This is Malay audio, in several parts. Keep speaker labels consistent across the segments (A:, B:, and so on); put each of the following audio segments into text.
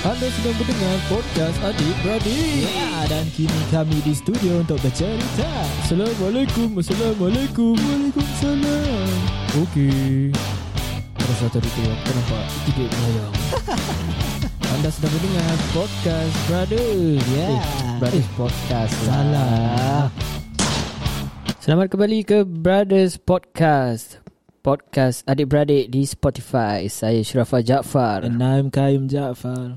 A: Anda sedang mendengar podcast Adik Beradik.
B: Ya, dan kini kami di studio untuk bercerita.
A: Assalamualaikum, Assalamualaikum. Waalaikumsalam. Okey. Rasa tadi tu aku nampak tidak melayang. Anda sedang mendengar podcast Brothers.
B: Ya.
A: Eh, Brothers Podcast. lah.
B: Salah.
A: Selamat kembali ke Brothers Podcast. Podcast adik-beradik di Spotify. Saya Syirafah Jaafar.
B: And I'm Kaim Jaafar.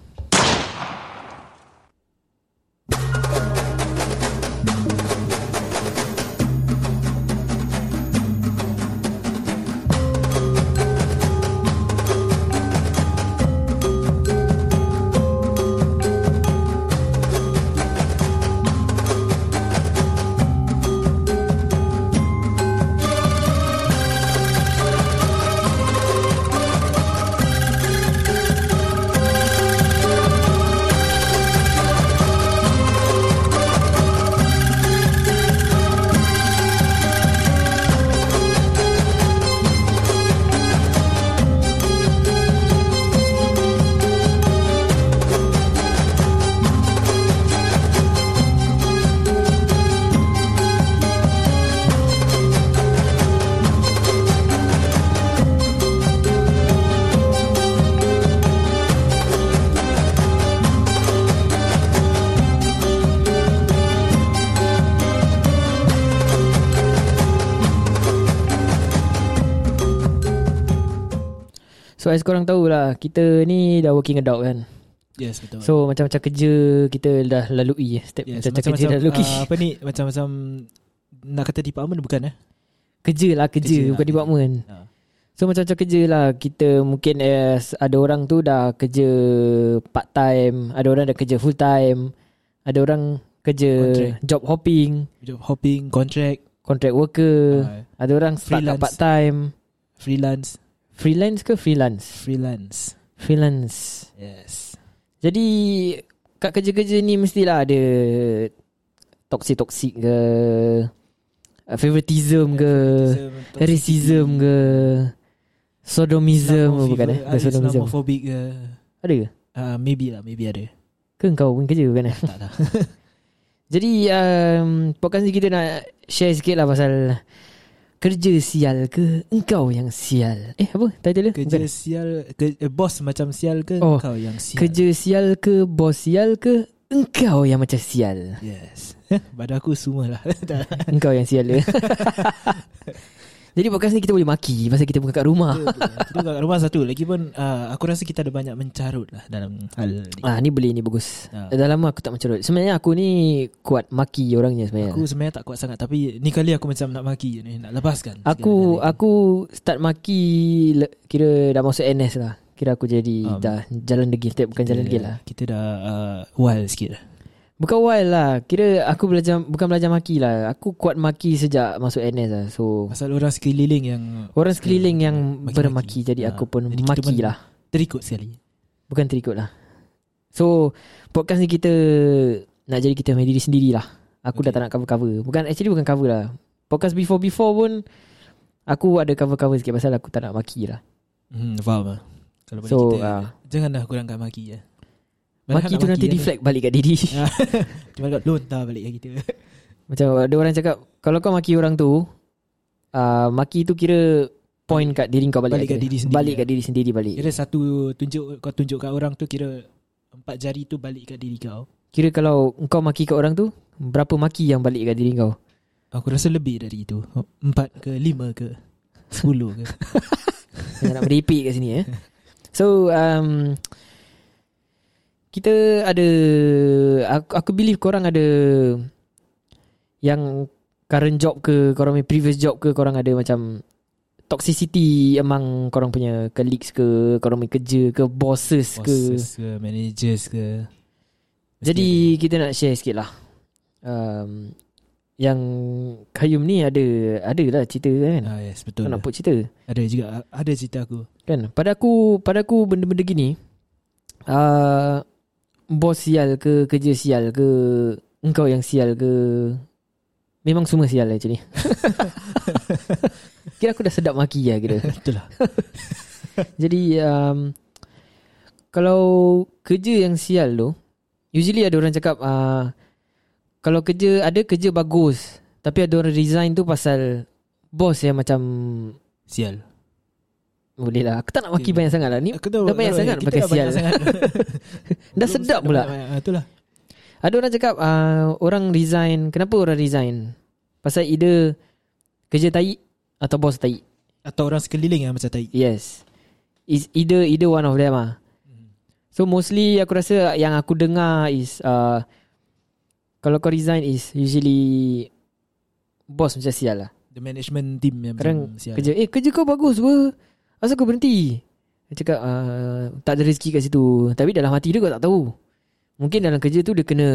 A: So as korang tahulah, kita ni dah working adult kan.
B: Yes, betul.
A: So macam-macam kerja kita dah lalui. eh. Step
B: yes,
A: macam-macam kerja dah lalui.
B: ah, apa ni? Macam-macam nak kata department bukan eh?
A: kerja lah kerja,
B: Kerja lah,
A: bukan
B: kerja.
A: department.
B: Ha.
A: So macam-macam kerja lah Kita mungkin as, Ada orang tu dah kerja Part time Ada orang dah kerja full time Ada orang kerja
B: Contract.
A: Job hopping
B: Job hopping, contract,
A: Contract worker
B: ah,
A: Ada orang start kat
B: Freelance.
A: part time
B: freelance,
A: Freelance ke freelance?
B: freelance.
A: Freelance
B: Yes.
A: Jadi Kat kerja-kerja ni mestilah ada Toxic-toxic ke uh, Favoritism ke Racism ke Sodomism ke bukan eh Bukan Sodomism
B: Islamophobic ke?
A: Ada ke?
B: Ah, maybe lah, maybe ada.
A: Ke kau pun kerja bukan eh
B: Tak lah.
A: Jadi um, Podcast ni kita nak Share sikit lah pasal Kerja sial ke Engkau yang sial Eh apa title dia
B: Kerja
A: Bukan.
B: sial ke, eh, Bos macam sial ke
A: Oh,
B: oh, Kau yang sial
A: Kerja sial ke Bos sial ke Engkau yang macam sial
B: Yes Pada aku semua lah Dah.
A: Engkau yang sial dia Jadi podcast ni kita boleh maki Pasal kita bukan kat rumah
B: Kita bukan kat rumah satu Lagi pun ah, Aku rasa kita ada banyak mencarut lah Dalam hal ni
A: Ah ni boleh ni bagus
B: Ah.
A: Dah lama aku tak mencerut Sebenarnya aku ni Kuat maki orangnya sebenarnya
B: Aku sebenarnya tak kuat sangat Tapi ni kali aku macam nak maki je ni Nak lepaskan
A: Aku
B: segala-galanya.
A: aku start maki le- kira dah masuk NS lah. Kira aku jadi
B: Um,
A: dah jalan degil tak bukan jalan
B: Kita-
A: degil lah.
B: Kita dah ah, wild sikit lah
A: Bukan wild lah. Kira aku belajar bukan belajar maki lah. Aku kuat maki sejak masuk NS lah. So
B: Pasal orang sekeliling yang
A: orang sekeliling yang
B: Maki-maki.
A: bermaki jadi
B: Ah,
A: aku pun
B: jadi kita pun-
A: maki lah.
B: Terikut sekali
A: Bukan terikut lah. So podcast ni kita nak jadi kita punya diri sendiri lah. Aku dah
B: Okay.
A: tak nak cover-cover. Bukan actually bukan cover lah. Podcast before-before pun aku ada cover-cover sikit pasal aku tak nak maki lah.
B: hmm, Faham lah Kalau boleh kita
A: So ah,
B: Janganlah kurangkan maki ya.
A: Maki tu nanti deflect balik kat diri
B: Cuma kat lontar balik kat kita
A: Macam ada orang cakap Kalau kau maki orang tu uh, Maki tu kira Point kat diri kau balik,
B: Balik kat diri sendiri
A: Balik
B: lah.
A: kat diri sendiri balik
B: Kira satu tunjuk kau tunjuk kat orang tu kira empat jari tu balik kat diri kau.
A: Kira kalau kau maki kat orang tu Berapa maki yang balik kat diri kau
B: Aku rasa lebih dari itu. Empat ke lima ke sepuluh ke.
A: Saya nak merepek kat sini eh. So um, Kita ada aku, aku believe korang ada Yang current job ke Korang punya previous job ke Korang ada macam Toxicity among korang punya colleagues ke Korang punya kerja ke
B: Bosses
A: Bosses, bosses. ke
B: ke managers ke. Mesti
A: Jadi kita nak share sikit lah um, Yang Kayum ni ada Ada lah cerita
B: ada.
A: kan
B: ah, yes betul.
A: Kau nak put cerita
B: Ada juga ada cerita aku.
A: Kan pada aku pada aku benda-benda gini uh, bos sial ke kerja sial ke engkau yang sial ke memang semua sial actually. Kira aku dah sedap maki lah kira
B: Betul lah
A: Jadi um, Kalau kerja yang sial tu Usually ada orang cakap uh, Kalau kerja Ada kerja bagus Tapi ada orang resign tu pasal Bos yang macam
B: Sial
A: Boleh lah Aku tak nak maki
B: Okay.
A: banyak sangat lah Ni
B: Aku tahu
A: dah banyak
B: tahu,
A: sangat
B: kita
A: pakai
B: dah banyak
A: sial.
B: sangat.
A: dah
B: Belum dah
A: sedap pula
B: banyak- ah, Itulah
A: Ada orang cakap uh, Orang resign Kenapa orang resign Pasal either Kerja tai Atau bos tai
B: Atau orang sekeliling yang macam tai
A: Yes. Is either either one of them ah.
B: Hmm.
A: So mostly aku rasa yang aku dengar is uh, kalau kau resign is usually bos macam sial lah.
B: The management team yang
A: Kadang
B: macam sial lah.
A: Kerja eh kerja kau bagus ber. Asal kau berhenti? Dia cakap uh, tak ada rezeki kat situ. Tapi dalam hati dia kau tak tahu. Mungkin dalam kerja tu dia kena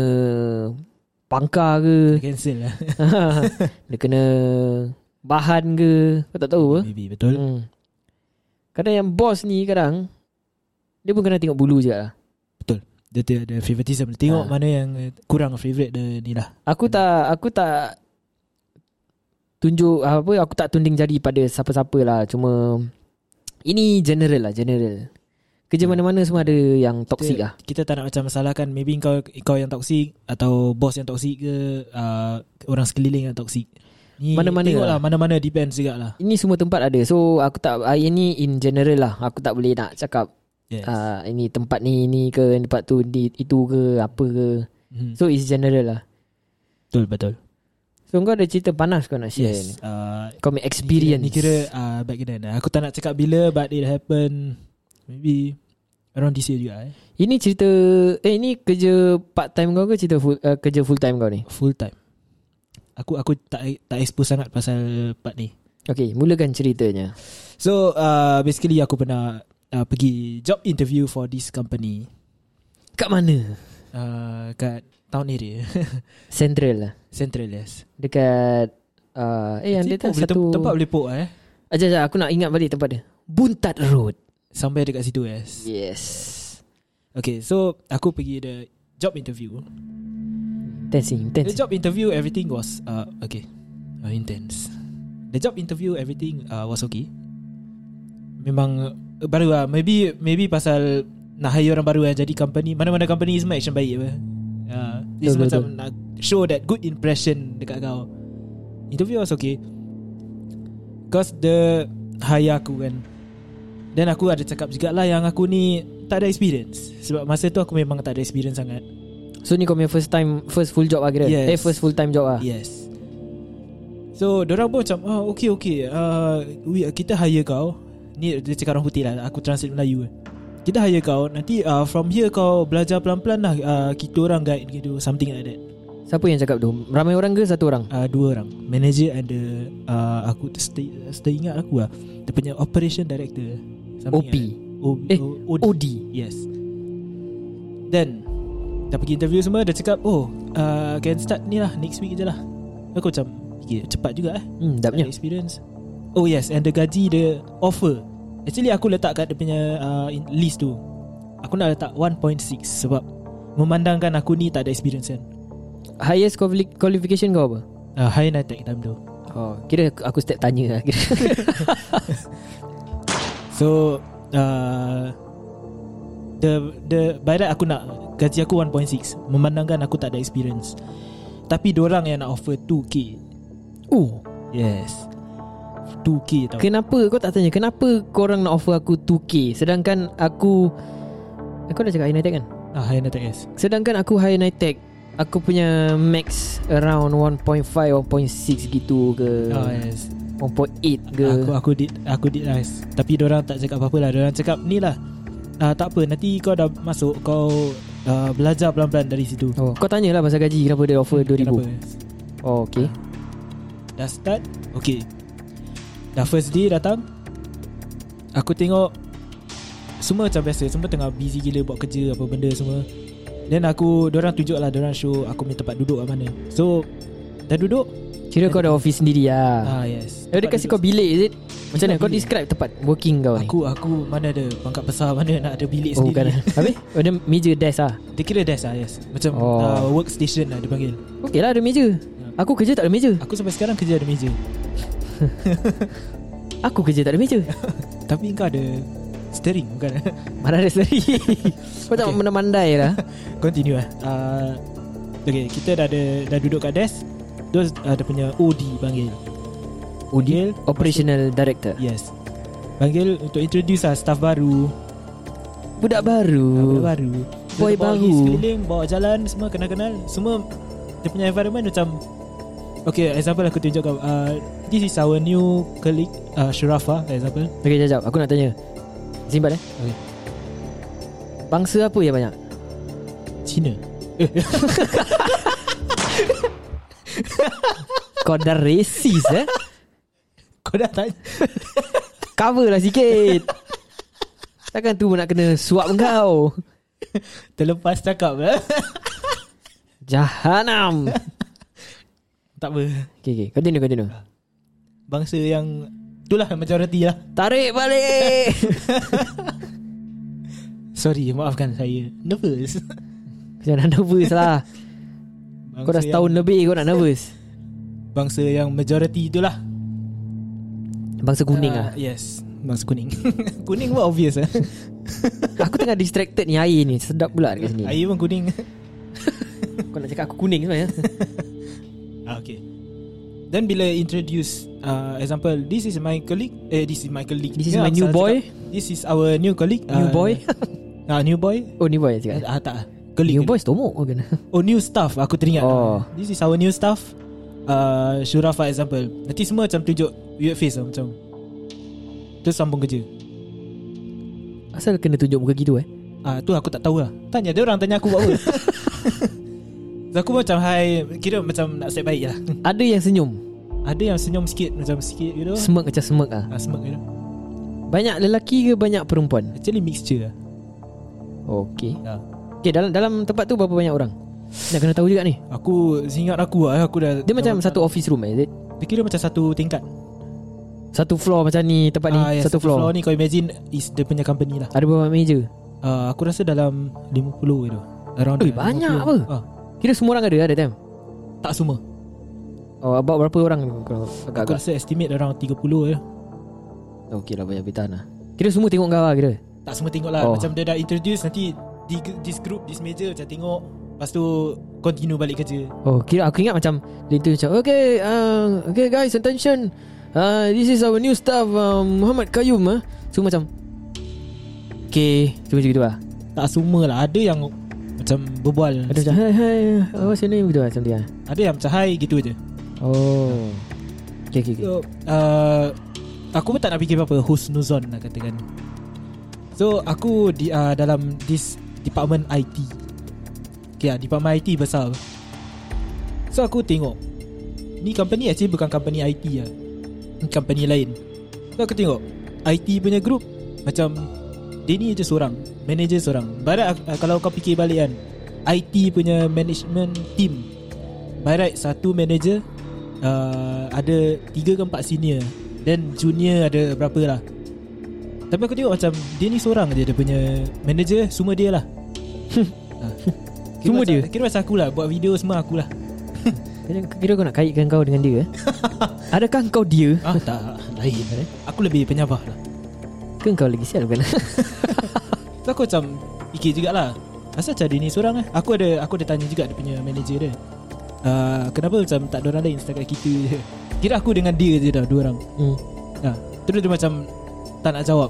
A: pangkar ke,
B: Cancel lah
A: dia kena bahan ke, kau tak tahu apa.
B: Maybe betul
A: Hmm. Kadang yang bos ni kadang dia pun kena tengok bulu je lah.
B: Dia tu ada favoritism Dia Tengok
A: Ah.
B: mana yang eh, kurang favourite dia ni lah
A: Aku tak aku tak tunjuk apa aku tak tunding jari pada siapa-siapa lah cuma ini general lah general.
B: Hmm.
A: Kerja mana-mana semua ada yang toksik lah.
B: Kita tak nak macam salahkan Maybe kau kau yang toksik Atau bos yang toksik ke uh, Orang sekeliling yang toksik Ni
A: Mana-mana
B: tengok
A: lah.
B: lah Mana-mana depends juga lah
A: Ini semua tempat ada. So aku tak ah, ini in general lah. Aku tak boleh nak cakap
B: yes.
A: ah, ini tempat ni ni ke tempat tu di, itu ke apa ke.
B: Mhm.
A: So it's general lah.
B: Betul betul
A: So kau ada cerita panas kau nak share ni.
B: Yes uh,
A: Kau punya experience.
B: Ni kira, ni kira uh, back then Aku tak nak cakap bila But it happen Maybe Around this year juga eh.
A: Ini cerita eh ini kerja part time kau ke cerita full, uh, kerja full time kau ni?
B: Full time Aku aku tak tak expose sangat pasal part ni
A: Okay, mulakan ceritanya.
B: So uh, basically aku pernah uh, pergi job interview for this company
A: Kat mana?
B: uh, kat town area
A: Central lah.
B: Central yes.
A: Dekat uh, eh yang
B: Situ
A: dia tak
B: boleh tem-
A: satu
B: tempat boleh pok eh.
A: Aja aja aku nak ingat balik tempat dia. Buntat Road.
B: Sampai dekat situ yes.
A: Yes.
B: Okay so aku pergi the job interview.
A: Tensing,
B: The
A: tensing.
B: job interview everything was uh, okay uh, intense. The job interview everything uh, was okay. Memang uh, baru lah maybe maybe pasal nak hire orang baru lah jadi company mana-mana company semua action baik apa. Uh, this
A: Betul,
B: macam
A: betul.
B: nak show that good impression dekat kau. Interview was okay. Cause the hire aku kan Then aku ada cakap juga lah Yang aku ni Tak ada experience Sebab masa tu aku memang tak ada experience sangat
A: So ni kau punya first time first full job lah kira.
B: Yes.
A: Eh first full time job
B: Ah.
A: lah.
B: Yes So Diorang pun macam oh, Okay okay uh, we, Kita hire kau Ni dia cakap orang putih lah Aku translate Melayu Kita hire kau Nanti uh, from here kau Belajar pelan-pelan lah uh, Kita orang guide gitu Something like that
A: Siapa yang cakap tu? Ramai orang ke satu orang?
B: uh, Dua orang Manager and the uh, Aku stay, stay ingat aku lah Dia punya operation director Something
A: OP.
B: like that. O,
A: Eh,
B: o, OD.
A: OD.
B: Yes Then Dah pergi interview semua Dia cakap Oh uh, Can start ni lah Next week je lah Aku macam fikir, Cepat juga eh
A: Hmm,
B: tak ada
A: dapnya.
B: experience Oh yes And the gaji the offer Actually aku letak kat dia punya uh, in- list tu Aku nak letak 1.6 Sebab Memandangkan aku ni tak ada experience kan
A: Highest quali- qualification kau apa?
B: uh, High NITEC time tu
A: Oh, kira aku- aku step tanya lah kira.
B: So uh, The the By right aku nak Gaji aku 1.6 Memandangkan aku tak ada experience Tapi dorang yang nak offer 2k
A: Oh,
B: Yes 2k tau
A: Kenapa kau tak tanya Kenapa korang nak offer aku 2k Sedangkan aku Aku dah cakap high Nitec kan
B: ah, High NITEC yes
A: Sedangkan aku high Nitec Aku punya max around 1.5 1.6 gitu ke
B: Oh yes
A: 1.8 ke
B: Ah, Aku aku did aku did rice. Tapi orang tak cakap apa-apa lah. Orang cakap ni lah. Uh, tak apa nanti kau dah masuk kau uh, belajar pelan-pelan dari situ.
A: Oh, kau tanyalah pasal gaji Kenapa dia offer 2000
B: Kenapa?
A: Oh okay
B: Dah start. Okay. Dah first day datang. Aku tengok semua macam biasa, semua tengah busy gila buat kerja apa benda semua. Then aku orang tunjuk lah, orang show aku punya tempat duduk kat mana. So dah duduk.
A: Kira kau ada office sendiri lah
B: Ah, yes.
A: Eh dia kasi kau bilik is it Macam mana kau
B: bilik.
A: describe tempat Working kau ni
B: Aku aku mana ada pangkat besar mana nak ada bilik
A: Oh bukan
B: sendiri.
A: Habis Ada meja desk lah
B: Dia kira desk lah yes Macam
A: Oh.
B: oh. uh, workstation lah dia panggil Ah.
A: Okey lah ada meja Aku kerja tak ada meja
B: Aku sampai sekarang kerja ada meja
A: Aku kerja tak ada meja
B: Tapi kau ada Steering bukan
A: Mana ada sendiri Kau tak
B: Okay.
A: okay. mandai lah
B: Continue lah uh, Okay kita dah ada Dah duduk kat desk Terus ada punya OD panggil Panggil, lepas tu-
A: Operational Director
B: Yes Panggil untuk introduce lah Staff baru
A: Budak baru
B: Budak baru
A: Boy
B: dia bawa pergi
A: baru.
B: Sekeliling Bawa jalan Semua kenal-kenal Semua Dia punya environment macam Okay example aku tunjuk kau uh, This is our new colleague uh, Shurafa example
A: Okay jap jap Aku nak tanya Simpan eh
B: Okay.
A: Bangsa apa yang banyak
B: Cina
A: Kau dah racist eh
B: Kau dah tanya
A: Cover lah sikit Takkan tu nak kena suap kau
B: Terlepas cakap eh?
A: Jahanam
B: Tak apa
A: Okay okay Continue continue
B: Bangsa yang Itulah majority lah
A: Tarik balik
B: Sorry maafkan saya Nervous
A: Jangan nervous lah Kau
B: Bangsa
A: dah setahun
B: yang,
A: lebih kau nak nervous
B: Bangsa yang majority itulah
A: Bangsa kuning
B: Ah,
A: lah
B: Yes Bangsa kuning Kuning pun obvious lah
A: Aku tengah distracted ni air ni Sedap pula dekat sini
B: Air pun kuning
A: Kau nak cakap aku kuning sebenarnya
B: ah, Okay Then bila introduce uh, Example This is my colleague Eh this is my colleague
A: This is
B: Ya,
A: my new
B: salah
A: boy.
B: cakap. This is our new colleague
A: New
B: Ah,
A: boy
B: ah, New boy
A: Oh new boy cakap
B: Ah tak
A: New
B: Colleague
A: boy stomach ke kena
B: Oh new staff Aku teringat
A: Oh.
B: This is our new staff uh, Shura for example Nanti semua macam tunjuk Weird face lah macam Terus sambung kerja
A: Asal kena tunjuk muka gitu eh
B: Ah tu aku tak tahu lah Tanya dia orang Tanya aku buat apa So, Aku macam hai Kira macam nak set baik lah
A: Ada yang senyum
B: Ada yang senyum sikit Macam sikit gitu
A: Smirk macam smirk ah.
B: ah, Semak gitu
A: Banyak lelaki ke banyak perempuan
B: Actually mixture lah
A: Okay
B: Ya.
A: Okay dalam dalam tempat tu berapa banyak orang Nak kena tahu juga ni
B: Aku Seingat aku lah Aku dah
A: Dia macam
B: dah-
A: satu office room eh is it?
B: Dia kira macam satu tingkat
A: Satu floor macam ni Tempat ni
B: Ah, yes,
A: Satu floor,
B: floor ni kau imagine Is dia punya company lah
A: Ada berapa meja
B: uh, Aku rasa dalam 50 gitu Around there,
A: Eh, banyak
B: 50. Ah,
A: Kira semua orang ada ada time
B: tak semua
A: Oh about berapa orang Kalau
B: Aku
A: agak-agak
B: rasa estimate around 30 je
A: Okay lah banyak pitan lah Kira semua tengok kau lah kira
B: Tak semua tengok lah
A: Oh.
B: oh. Macam dia dah introduce Nanti di, This group This major Macam tengok Lepas tu Continue balik kerja
A: Oh kira aku ingat macam Dia tu macam Okay uh, Okay guys attention uh, This is our new staff uh, Muhammad Kayum uh. So macam Okay Cuma macam gitu lah
B: Tak semua lah Ada yang Macam berbual
A: Ada macam Hi hi Oh what's your name Gitu lah macam dia
B: Ada yang macam Hai gitu je
A: Oh Okay okay, okay.
B: So uh, Aku pun tak nak fikir apa-apa Husnuzon lah katakan So aku di uh, Dalam This Department IT Okay lah Department IT besar So aku tengok Ni company actually bukan company IT lah Ni company lain So aku tengok IT punya group Macam Dia ni je seorang Manager seorang Barat uh, kalau kau fikir balik kan IT punya management team By right satu manager uh, Ada tiga ke empat senior Then junior ada berapa lah Tapi aku tengok macam Dia ni seorang je dia punya manager Semua dia lah Ah. Kira
A: Semua
B: macam-
A: dia?
B: Kira macam akulah Buat video semua lah. akulah
A: Kira, kira kau nak kaitkan kau dengan dia eh? Adakah kau dia
B: Ah tak Lain eh. Aku lebih penyabah lah
A: Ke kau lagi sial bukan
B: So aku macam Fikir jugalah Asal macam dia ni seorang eh Aku ada Aku ada tanya juga Dia punya manager dia uh, Kenapa macam Tak ada orang lain Setakat kita je Kira aku dengan dia je dah Dua orang
A: hmm.
B: ha. Terus dia macam Tak nak jawab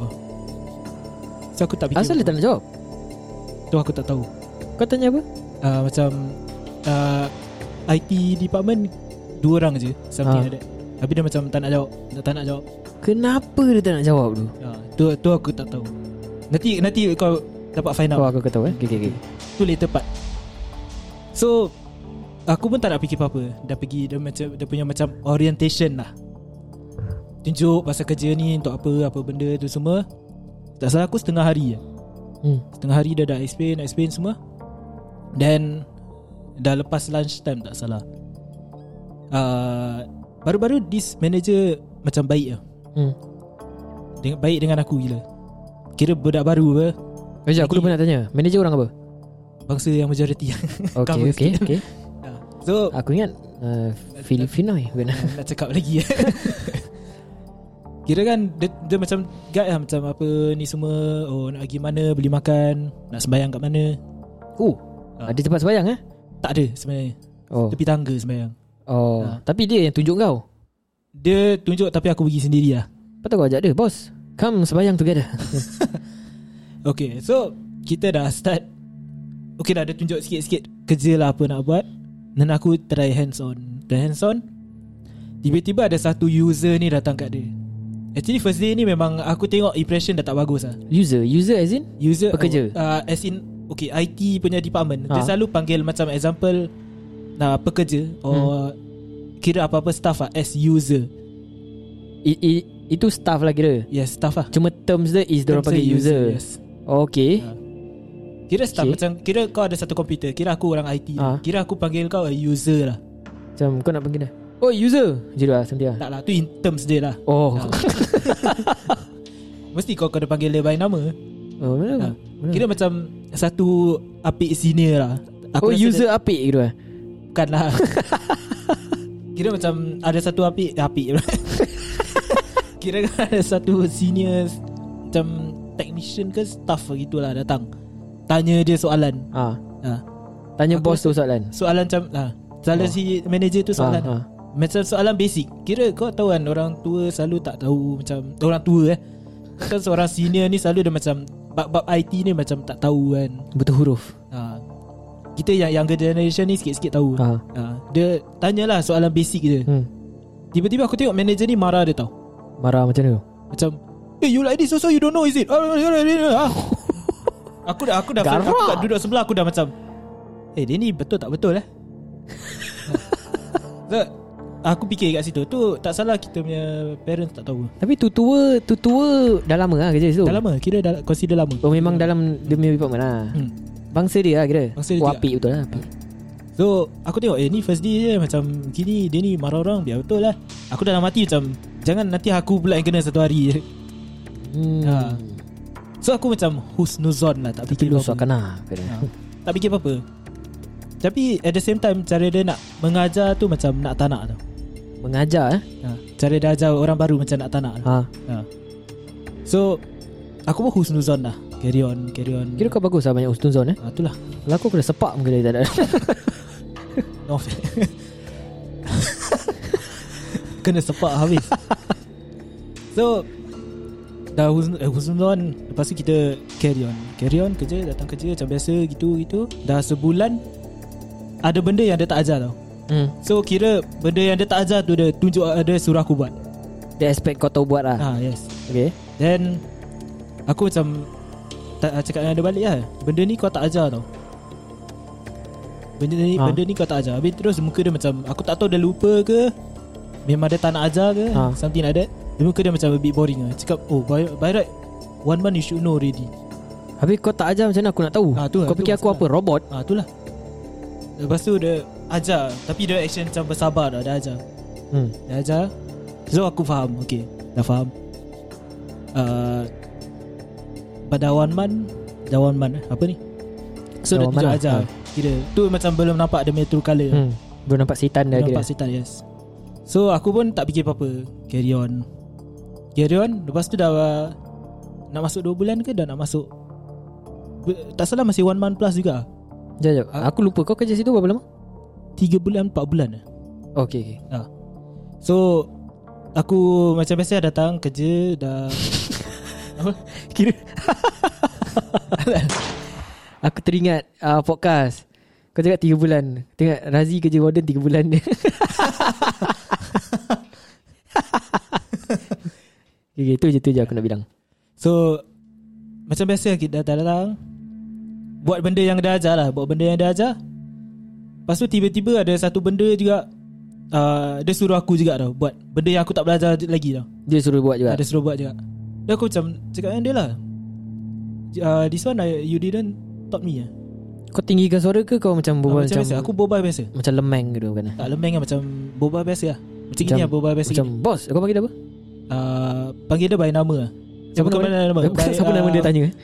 B: So aku tak fikir
A: Asal dia tak nak jawab
B: Tu aku tak tahu
A: Kau tanya apa
B: uh, Macam uh, IT department Dua orang je Something ha.
A: Ah.
B: like that Tapi dia macam tak nak jawab Tak, tak nak jawab
A: Kenapa dia tak nak jawab tu
B: ha. tu, tu aku tak tahu Nanti nanti kau Dapat find out
A: Oh aku kau tahu eh Okay okay, okay.
B: Tu later part So Aku pun tak nak fikir apa-apa Dah pergi Dia, macam, dia punya macam Orientation lah Tunjuk pasal kerja ni Untuk apa Apa benda tu semua Tak salah aku setengah hari je
A: Hmm.
B: Setengah hari dia dah explain Explain semua Then Dah lepas lunch time Tak salah uh, Baru-baru This manager Macam baik lah
A: Hmm.
B: dengan, Baik dengan aku gila Kira budak baru apa
A: Kejap Eh, aku lupa nak tanya Manager orang apa
B: Bangsa yang majority
A: Okay
B: Cover
A: okay,
B: sikit.
A: okay.
B: So
A: Aku ingat uh, Filipino eh bukan?
B: nak cakap lagi Kira kan dia, dia macam guide lah Macam apa ni semua Oh nak pergi mana Beli makan Nak sembahyang kat mana
A: Oh
B: Ah.
A: Ada tempat sebayang eh
B: Tak ada sebenarnya
A: Oh
B: Tepi tangga sembahyang
A: Oh
B: Ah.
A: Tapi dia yang tunjuk kau
B: Dia tunjuk tapi aku pergi sendiri lah
A: Lepas tu kau ajak dia Bos Come sebayang together
B: Okay so Kita dah start Okay dah dia tunjuk sikit-sikit Kerja lah apa nak buat Dan aku try hands on Dan hands on Tiba-tiba ada satu user ni datang kat dia Actually first day ni memang Aku tengok impression dah tak bagus lah
A: User User as in
B: User
A: Pekerja.
B: uh, As in Okay IT punya department Dia
A: Ha.
B: selalu panggil macam example nah, Pekerja Or
A: Hmm.
B: Kira apa-apa staff lah As user
A: i, i, Itu staff lah kira
B: Yes staff lah
A: Cuma terms dia Is dia orang
B: Terms dia
A: panggil user,
B: yes.
A: Okay
B: Ah. Kira staff
A: Okay.
B: macam Kira kau ada satu komputer Kira aku orang IT
A: Ah.
B: Kira aku panggil kau a user lah
A: Macam kau nak panggil dia Oh user Macam tu lah Something lah
B: Tak lah Tu in terms dia lah
A: Oh
B: Ah. Mesti kau kena panggil dia by nama
A: Oh
B: Ah.
A: mana
B: Kira macam Satu Apik senior lah
A: Oh
B: rasa
A: user apik gitu lah
B: dia- Bukan lah Kira macam Ada satu apik Apik Kira kan ada satu senior Macam Technician ke staff gitulah datang Tanya dia soalan
A: ah.
B: ha.
A: Tanya
B: Aku
A: bos tu soalan
B: Soalan macam ha. Soalan
A: Oh.
B: si manager tu soalan
A: ah, ah.
B: Macam soalan basic Kira kau tahu kan Orang tua selalu tak tahu Macam Orang tua eh Kan seorang senior ni Selalu dia macam Bab-bab IT ni Macam tak tahu kan
A: Betul huruf
B: ha. Kita yang younger generation ni Sikit-sikit tahu ha.
A: ah.
B: Dia Tanyalah soalan basic je
A: hmm.
B: Tiba-tiba aku tengok Manager ni marah dia tau
A: Marah macam tu
B: Macam Eh you like this also You don't know is it Ah. Aku dah Aku dah
A: Garang.
B: Aku dah duduk sebelah Aku dah macam Eh dia ni betul tak betul eh so, Aku fikir kat situ Tu tak salah kita punya Parents tak tahu
A: Tapi tu tua Tu tua Dah lama lah kerja situ
B: Dah lama Kira dah consider lama
A: Oh memang dalam Dia punya department lah
B: hmm.
A: Bangsa dia lah kira
B: Bangsa dia Hmm.
A: Oh
B: juga.
A: apik betul lah apik.
B: So aku tengok Eh ni first day je Macam gini Dia ni marah orang Biar betul lah Aku dalam hati macam Jangan nanti aku pula yang kena satu hari je
A: Hmm.
B: Ah. So aku macam Husnuzon lah Tak fikir
A: Tapi lu
B: apa-apa
A: suakan lah kira.
B: ha. Tak fikir apa-apa Tapi at the same time Cara dia nak Mengajar tu macam Nak tak nak tau
A: Mengajar eh
B: ha. Cara dia ajar orang baru Macam nak tak nak ha.
A: ha.
B: Ha. So Aku pun husnuzon lah Carry on Carry on
A: Kira kau bagus lah Banyak ustun zone eh
B: ha, Itulah
A: Kalau aku kena sepak mungkin dia tak ada
B: No offense Kena sepak habis So Dah husn, eh, husnuzon Lepas tu kita Carry on Carry on kerja Datang kerja macam biasa Gitu-gitu Dah sebulan Ada benda yang dia tak ajar tau
A: hmm.
B: So kira Benda yang dia tak ajar tu Dia tunjuk ada suruh aku buat
A: Dia expect kau tahu buat lah
B: Ha yes
A: Okay
B: Then Aku macam tak, Cakap dengan dia balik lah Benda ni kau tak ajar tau Benda ni,
A: Ha.
B: ha. benda ni kau tak ajar Habis terus muka dia macam Aku tak tahu dia lupa ke Memang dia tak nak ajar ke
A: Ha.
B: ha. Something like that Dia muka dia macam a bit boring lah Cakap oh by, by right One month you should know already
A: Habis kau tak ajar macam mana aku nak tahu
B: Ah, tu lah,
A: Kau
B: tu
A: fikir aku
B: masalah.
A: apa robot
B: Ha itulah Lepas tu dia ajar Tapi dia action macam bersabar dah Dia ajar
A: hmm.
B: Dah ajar So aku faham Okay Dah faham uh, Pada one month Dah one month eh? Apa ni So dah
A: Dah one month
B: tunjuk
A: lah.
B: ajar
A: Ha.
B: Kira Tu macam belum nampak Dia punya true colour hmm.
A: hmm. Belum nampak setan dah
B: Belum
A: kira
B: nampak setan yes So aku pun tak fikir apa-apa Carry on Carry on Lepas tu dah uh, Nak masuk 2 bulan ke Dah nak masuk Be- Tak salah masih one month plus juga
A: Sekejap, sekejap.
B: Ah.
A: Aku lupa kau kerja situ berapa lama
B: 3 bulan 4 bulan eh
A: Okay, okay.
B: So Aku macam biasa datang kerja Dah
A: Kira Aku teringat uh, podcast Kau cakap 3 bulan Tengok Razi kerja warden 3 bulan dia okay, Itu je tu je aku nak bilang
B: So Macam biasa kita datang Buat benda yang dia ajar lah Buat benda yang dia ajar Lepas tu tiba-tiba ada satu benda juga uh, Dia suruh aku juga tau Buat benda yang aku tak belajar lagi tau
A: Dia suruh buat juga
B: Ada suruh buat juga Dia aku macam Cakap dengan dia lah uh, This one I, you didn't taught me lah
A: Kau tinggikan suara ke kau macam
B: uh,
A: berbual
B: Macam
A: Ah, macam
B: biasa Aku boba biasa
A: Macam lemeng gitu bukan
B: Tak lemeng lah macam Boba biasa lah Macam, gini lah boba biasa
A: Macam bos kau panggil dia apa
B: uh, Panggil dia by nama lah Siapa
A: Bukan
B: kau panggil nama?
A: Eh, bukan
B: By,
A: siapa nama
B: uh,
A: dia tanya eh?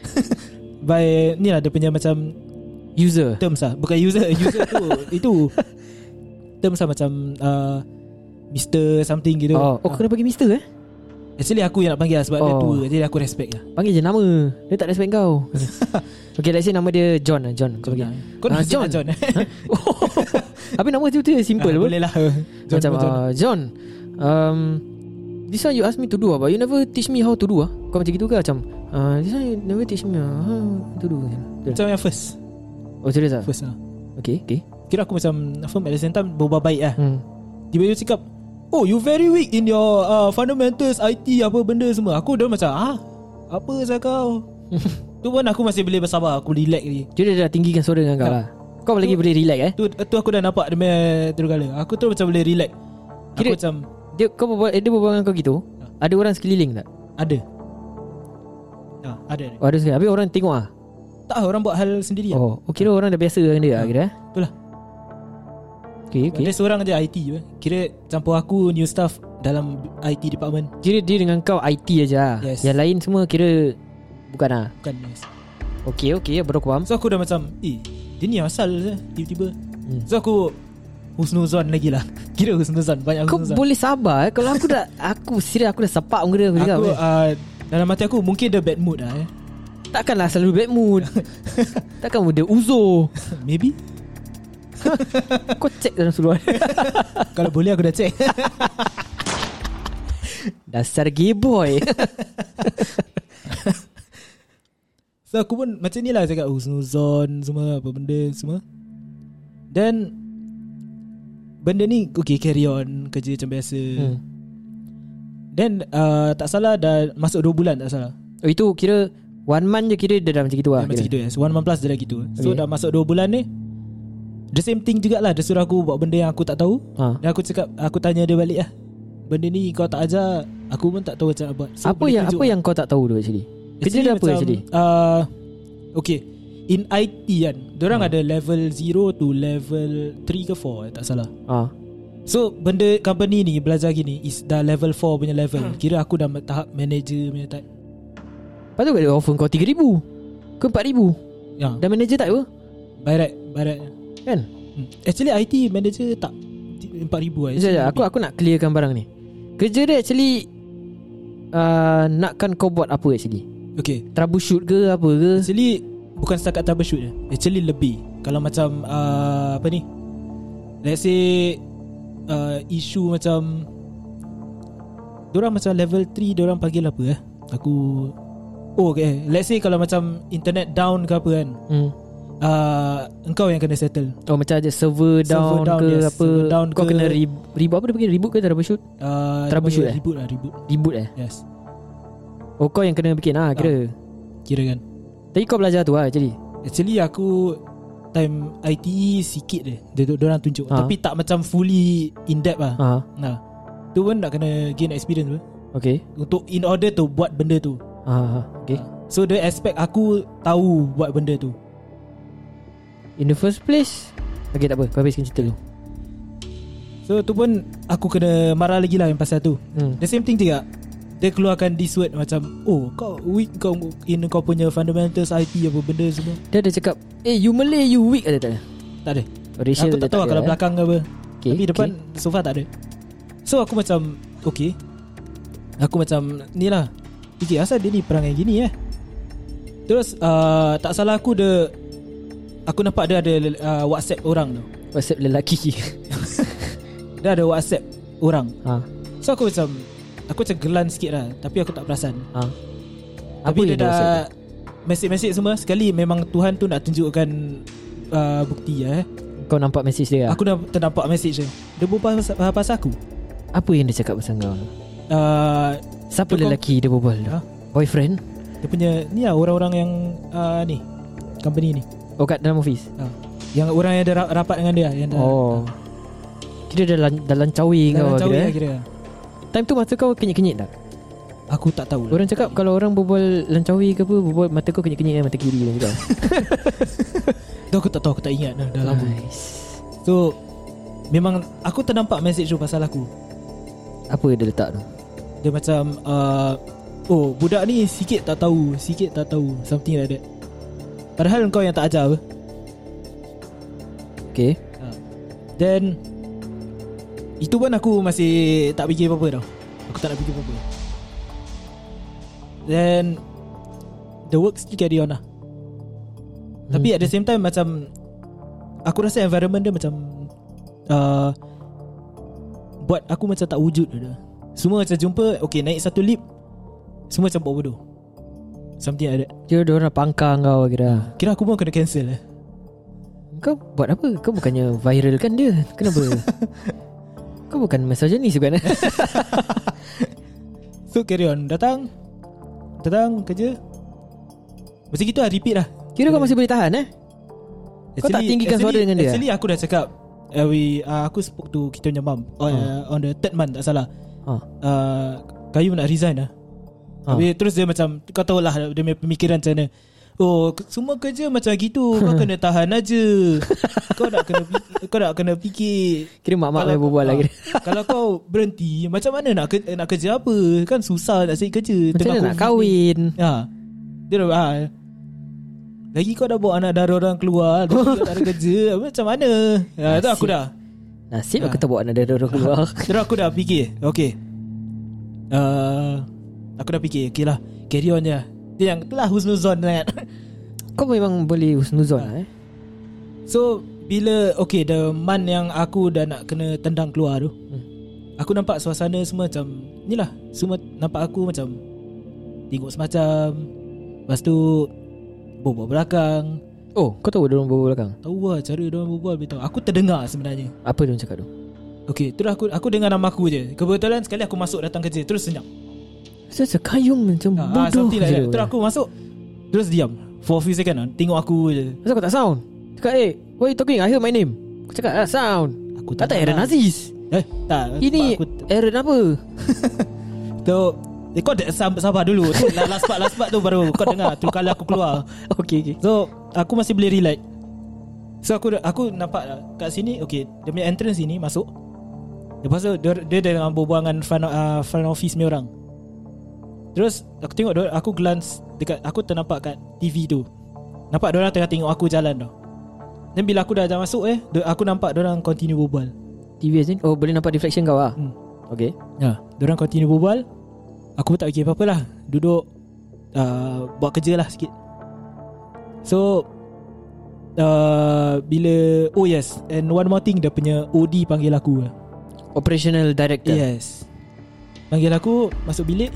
B: By ni lah dia punya macam
A: User
B: terms lah Bukan user User tu Itu Terms lah macam uh, Mr. something gitu Ah,
A: Oh, oh kena bagi mister eh
B: Actually aku yang nak panggil lah Sebab oh. dia
A: Oh.
B: tua Jadi aku respect lah
A: Panggil je nama Dia tak respect kau Okay let's say nama dia John lah John Kau panggil
B: Kau
A: Ah,
B: nak John John
A: John.
B: eh?
A: Oh. Habis nama tu tu simple
B: Ah,
A: pun
B: Boleh lah John,
A: Macam
B: John.
A: uh, John um, This one you ask me to do ah, But you never teach me how to do ah. Kau macam gitu ke Macam uh, This one you never teach me ah, how to do Betul.
B: Macam yang first
A: Oh serius ah?
B: First lah
A: Okay okay
B: Kira aku macam Firm at the same time Berbual baik lah
A: hmm.
B: Tiba-tiba cakap Oh you very weak in your uh, Fundamentals IT Apa benda semua Aku dah macam ah Apa sah kau Tu pun aku masih boleh bersabar Aku relax lagi
A: Jadi dia dah tinggikan suara dengan kau
B: Tak.
A: lah Kau lagi boleh relax eh
B: Tu, tu aku dah nampak Dia punya tergala Aku tu macam boleh relax Aku
A: Kira-
B: macam
A: Dia kau berbual, eh, dia berbual dengan kau gitu Ada orang sekeliling tak?
B: Ada ah, Ada ada
A: Oh, ada sekeliling Habis orang tengok ah.
B: Tak orang buat hal sendiri oh.
A: Oh okay lah orang dah biasa dengan dia lah kira eh?
B: Itulah
A: Okay okay
B: okay. Dia seorang je IT je Kira campur aku New staff Dalam IT department
A: Kira dia dengan kau IT aja.
B: Yes.
A: Yes. Yang lain semua kira bukan ah.
B: Bukan yes.
A: Okey okey baru aku faham.
B: So aku dah macam Eh dia ni asal je Tiba-tiba
A: Hmm.
B: So aku Husnuzon lagi lah Kira husnuzon Banyak
A: Kau
B: husnuzon
A: boleh sabar eh? Kalau aku dah Aku serius aku dah sepak muka dia Aku cakap
B: Aku
A: eh.
B: uh, Dalam hati aku Mungkin dia bad mood lah eh.
A: Takkanlah selalu bad mood Takkan dia uzur
B: Maybe
A: Kau cek dalam seluar
B: Kalau boleh aku dah check
A: Dasar gay boy
B: So aku pun Macam ni lah cakap Husnuzon Semua apa benda Semua Then Benda ni Okay carry on Kerja macam biasa
A: hmm.
B: Then uh, Tak salah dah Masuk 2 bulan tak salah
A: oh, Itu kira One month je kira Dia dah macam gitu lah
B: Dia Macam
A: kira.
B: gitu yes One month plus dia dah gitu So
A: Okay.
B: dah masuk 2 bulan ni The same thing jugalah Dia suruh aku buat benda yang aku tak tahu
A: ha.
B: Dan aku cakap Aku tanya dia balik lah Benda ni kau tak ajar Aku pun tak tahu macam nak buat so,
A: Apa yang
B: lah.
A: Apa yang kau tak tahu tu actually Kerja dia apa actually
B: uh, Okay In IT kan Diorang hmm. ada level 0 to level 3 ke 4 Tak salah
A: ha.
B: So benda company ni Belajar gini Is dah level 4 punya level
A: Hmm.
B: Kira aku dah tahap manager punya type
A: Lepas tu dia offer kau 3000 Ke 4000
B: Ya
A: Dah manager tak apa
B: By right By right
A: Kan
B: hmm. Actually IT manager tak 4000 lah
A: Sekejap sekejap, Ya, aku, aku nak clearkan barang ni Kerja dia actually uh, Nakkan kau buat apa actually
B: Okay
A: Troubleshoot ke apa ke
B: Actually Bukan setakat troubleshoot je Actually lebih Kalau macam uh, Apa ni Let's say uh, Isu macam Diorang macam level 3 Diorang panggil apa eh Aku Oh okay Let's say kalau macam Internet down ke apa kan
A: hmm.
B: uh, Engkau yang kena settle
A: Oh macam ada server down,
B: Server down,
A: ke
B: yes.
A: apa
B: Server down
A: Kau
B: ke-
A: kena re- reboot apa dia panggil Reboot ke troubleshoot
B: uh, dia
A: Troubleshoot
B: panggil
A: eh?
B: Reboot lah reboot
A: Reboot eh
B: Yes
A: Oh kau yang kena bikin ah kira
B: Kira kan
A: Tapi kau belajar tu lah actually
B: Actually aku Time ITE sikit je Dia Diorang tunjuk
A: Ha.
B: Tapi tak macam fully In depth lah
A: ha.
B: Nah, tu pun nak kena gain experience pun
A: Okay
B: untuk in order to buat benda tu.
A: ha. Okay
B: So dia expect aku tahu buat benda tu.
A: In the first place Okay tak apa Kau habiskan cerita dulu
B: So tu pun aku kena marah lagi lah yang pasal tu.
A: hmm.
B: The same thing juga. Dia keluarkan this word macam Oh kau weak kau in kau punya fundamentals IT apa benda semua.
A: Dia ada cakap Eh you Malay you weak ada tak ada
B: Tak ada.
A: Oh, racial
B: aku
A: dia
B: tak tahu lah
A: ada,
B: kalau
A: eh.
B: belakang ke apa.
A: okay.
B: Tapi depan so far tak ada. So aku macam okay. Aku macam ni lah. Fikir asal dia ni perangai gini eh. Terus uh, tak salah aku dia aku nampak dia ada uh, WhatsApp orang tu.
A: okay. Whatsapp lelaki
B: Dia ada WhatsApp orang.
A: ha.
B: So aku macam aku macam gelan sikit lah tapi aku tak perasan.
A: ha.
B: Tapi dia
A: yang ada WhatsApp tu?
B: dah mesej-mesej semua sekali memang Tuhan tu nak tunjukkan uh, bukti eh.
A: Kau nampak mesej dia ah?
B: Aku dah ternampak mesej dia. Dia berbual pasal, pasal aku.
A: Apa yang dia cakap pasal kau tu?
B: Uh,
A: Siapa
B: Dia kom-
A: lelaki dia berbual tu?
B: Ha?
A: Boyfriend?
B: Dia punya Ni lah orang-orang yang uh, Ni Company ni
A: Oh kat dalam office?
B: ha. Yang orang yang ada ra- rapat dengan dia yang dah,
A: Oh Kira dah, lan- dah lancawi
B: Dah
A: kau
B: kau
A: kira,
B: kira.
A: eh?
B: kira
A: Time tu mata kau kenyit-kenyit tak?
B: Aku tak tahu lah
A: Orang cakap kalau orang berbual lancawi ke apa Berbual mata kau kenyit-kenyit kan mata kiri kan juga
B: Tu Aku tak tahu Aku tak ingat dah, dah lama
A: Nice
B: So Memang Aku ternampak message tu pasal aku
A: Apa dia letak tu?
B: Dia macam uh, Oh budak ni sikit tak tahu Sikit tak tahu Something like that Padahal kau yang tak ajar apa
A: Okay
B: ha. Then Itu pun aku masih Tak fikir apa-apa tau Aku tak nak fikir apa-apa Then The work still carry on lah Tapi at the same time macam Aku rasa environment dia macam uh, Buat aku macam tak wujud dia Semua macam jumpa Okay naik satu lip Semua macam buat bodoh Something like that
A: Kira dia orang pangkang kau kira
B: Kira aku pun kena cancel lah
A: Kau buat apa? Kau bukannya viral kan dia Kenapa? kau bukan misogynis bukan eh?
B: So carry on Datang Datang kerja Macam gitu lah repeat lah
A: Kira kau masih boleh tahan eh? Kau tak tinggikan
B: actually,
A: suara dengan dia?
B: Actually aku dah cakap uh, we, uh, Aku spoke to kita punya mum on,
A: Ah.
B: uh, on the third month tak salah
A: Ha.
B: uh, Kayu nak resign lah
A: Ha.
B: Habis terus dia macam Kau tahu lah Dia punya pemikiran macam mana Oh ke- semua kerja macam gitu Kau kena tahan aja Kau nak kena fikir, Kau nak kena fikir
A: Kira mak-mak
B: Kalau-
A: main berbual lah
B: ah,
A: kira
B: Kalau kau berhenti Macam mana nak kerja, nak kerja apa Kan susah nak cari kerja
A: Macam
B: tengah
A: mana nak
B: COVID ni.
A: kahwin
B: Ha. Dia dah ha. Lagi kau dah bawa anak dara orang keluar Dia juga tak ada kerja Apa, Macam mana ha, tu aku dah
A: Nasib aku tak bawa anak dari orang keluar
B: Terus aku dah fikir Okay uh, Aku dah fikir Okay lah Carry on je Dia yang telah husnuzon sangat
A: Kau memang boleh husnuzon lah eh
B: So Bila Okay the month yang aku dah nak kena tendang keluar tu
A: Hmm.
B: Aku nampak suasana semua macam Ni lah Semua nampak aku macam Tengok semacam Lepas tu Bobok belakang
A: Oh kau tahu dia orang berbual belakang
B: Tahu lah cara dia berbual beritahu. Aku terdengar sebenarnya.
A: Apa dia orang cakap tu
B: Okey, terus aku aku dengar nama aku je. Kebetulan sekali aku masuk datang kerja, terus senyap.
A: Saya kayung macam
B: Ah, ah,
A: bodoh
B: something like
A: je
B: that. Terus
A: dia.
B: aku masuk. Terus diam. For a few second ah, tengok aku je.
A: Kenapa kau tak sound? Cakap eh Why you talking? I heard my name Aku cakap ah, sound
B: Aku
A: Tak
B: nak
A: tak Aaron
B: lah.
A: Aziz
B: Eh, tak.
A: Ini
B: aku
A: Aaron apa?
B: tu eh, kau de- sabar, sabar dulu. Tu la- last part last part tu baru kau dengar tu kali aku keluar.
A: okay okay
B: So, aku masih boleh relax. So aku aku nampak lah, kat sini okay, dia punya entrance sini masuk. Lepas tu dia, dia dengan berbual dengan front, uh, front office ni orang. Terus aku tengok dia- aku glance dekat aku ternampak kat TV tu. Nampak dia orang tengah tengok aku jalan tu. Dan bila aku dah, dah masuk eh, dia- aku nampak dia orang continue berbual.
A: TV ni Oh boleh nampak reflection kau lah
B: Hmm.
A: Okay
B: Ha, dia orang continue berbual. Aku pun tak fikir apa-apa lah. Duduk uh, buat kerja lah sikit. So uh, bila oh yes and one more thing dia punya OD panggil aku. lah.
A: Operational director
B: Yes. Panggil aku masuk bilik.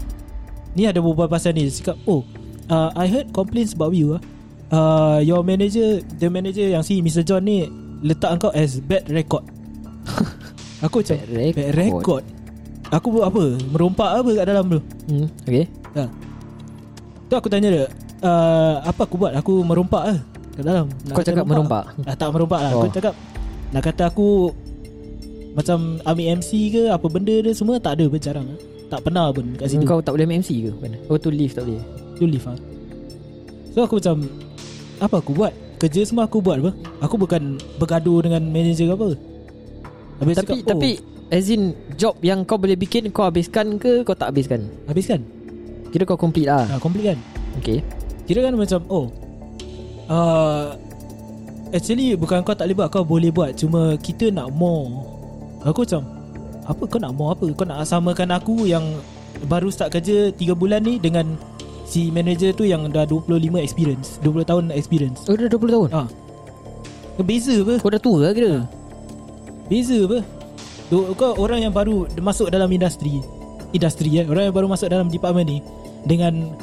B: Ni ada berbual pasal ni. Dia cakap, "Oh, uh, I heard complaints about you ah. Uh, your manager, the manager yang si Mr John ni letak kau as bad record." aku macam
A: Bad record.
B: Bad record. Aku buat apa? Merompak apa kat dalam tu?
A: hmm. Okay
B: Ha. Tu aku tanya dia, uh, apa aku buat? Aku merompak ah kat dalam.
A: Kau
B: kata
A: cakap merompak?
B: Ah, tak merompak lah.
A: Oh.
B: Kau cakap nak kata aku macam Ami MC ke apa benda dia semua tak ada pun jarang. ah. Tak pernah pun kat situ.
A: Kau tak boleh ambil MC ke? Mana? Oh tu lift tak boleh
B: You leave ah. So aku macam apa aku buat? Kerja semua aku buat apa? Aku bukan bergaduh dengan manager ke apa. Habis
A: Tapi
B: cakap, oh,
A: tapi As in Job yang kau boleh bikin Kau habiskan ke Kau tak habiskan
B: habis kan?
A: Kira kau complete lah
B: Ha, complete kan?
A: Okay
B: Kira kan macam Oh uh, Actually bukan kau tak boleh buat Kau boleh buat Cuma kita nak more Aku macam Apa kau nak more apa Kau nak samakan aku yang Baru start kerja 3 bulan ni Dengan Si manager tu yang dah 25 experience 20 tahun experience
A: Oh dah 20 tahun
B: ha. Beza apa
A: Kau dah tua lah kira
B: Ah. Beza apa Du- Kau orang yang baru Masuk dalam industri Industri eh Orang yang baru masuk dalam department ni Dengan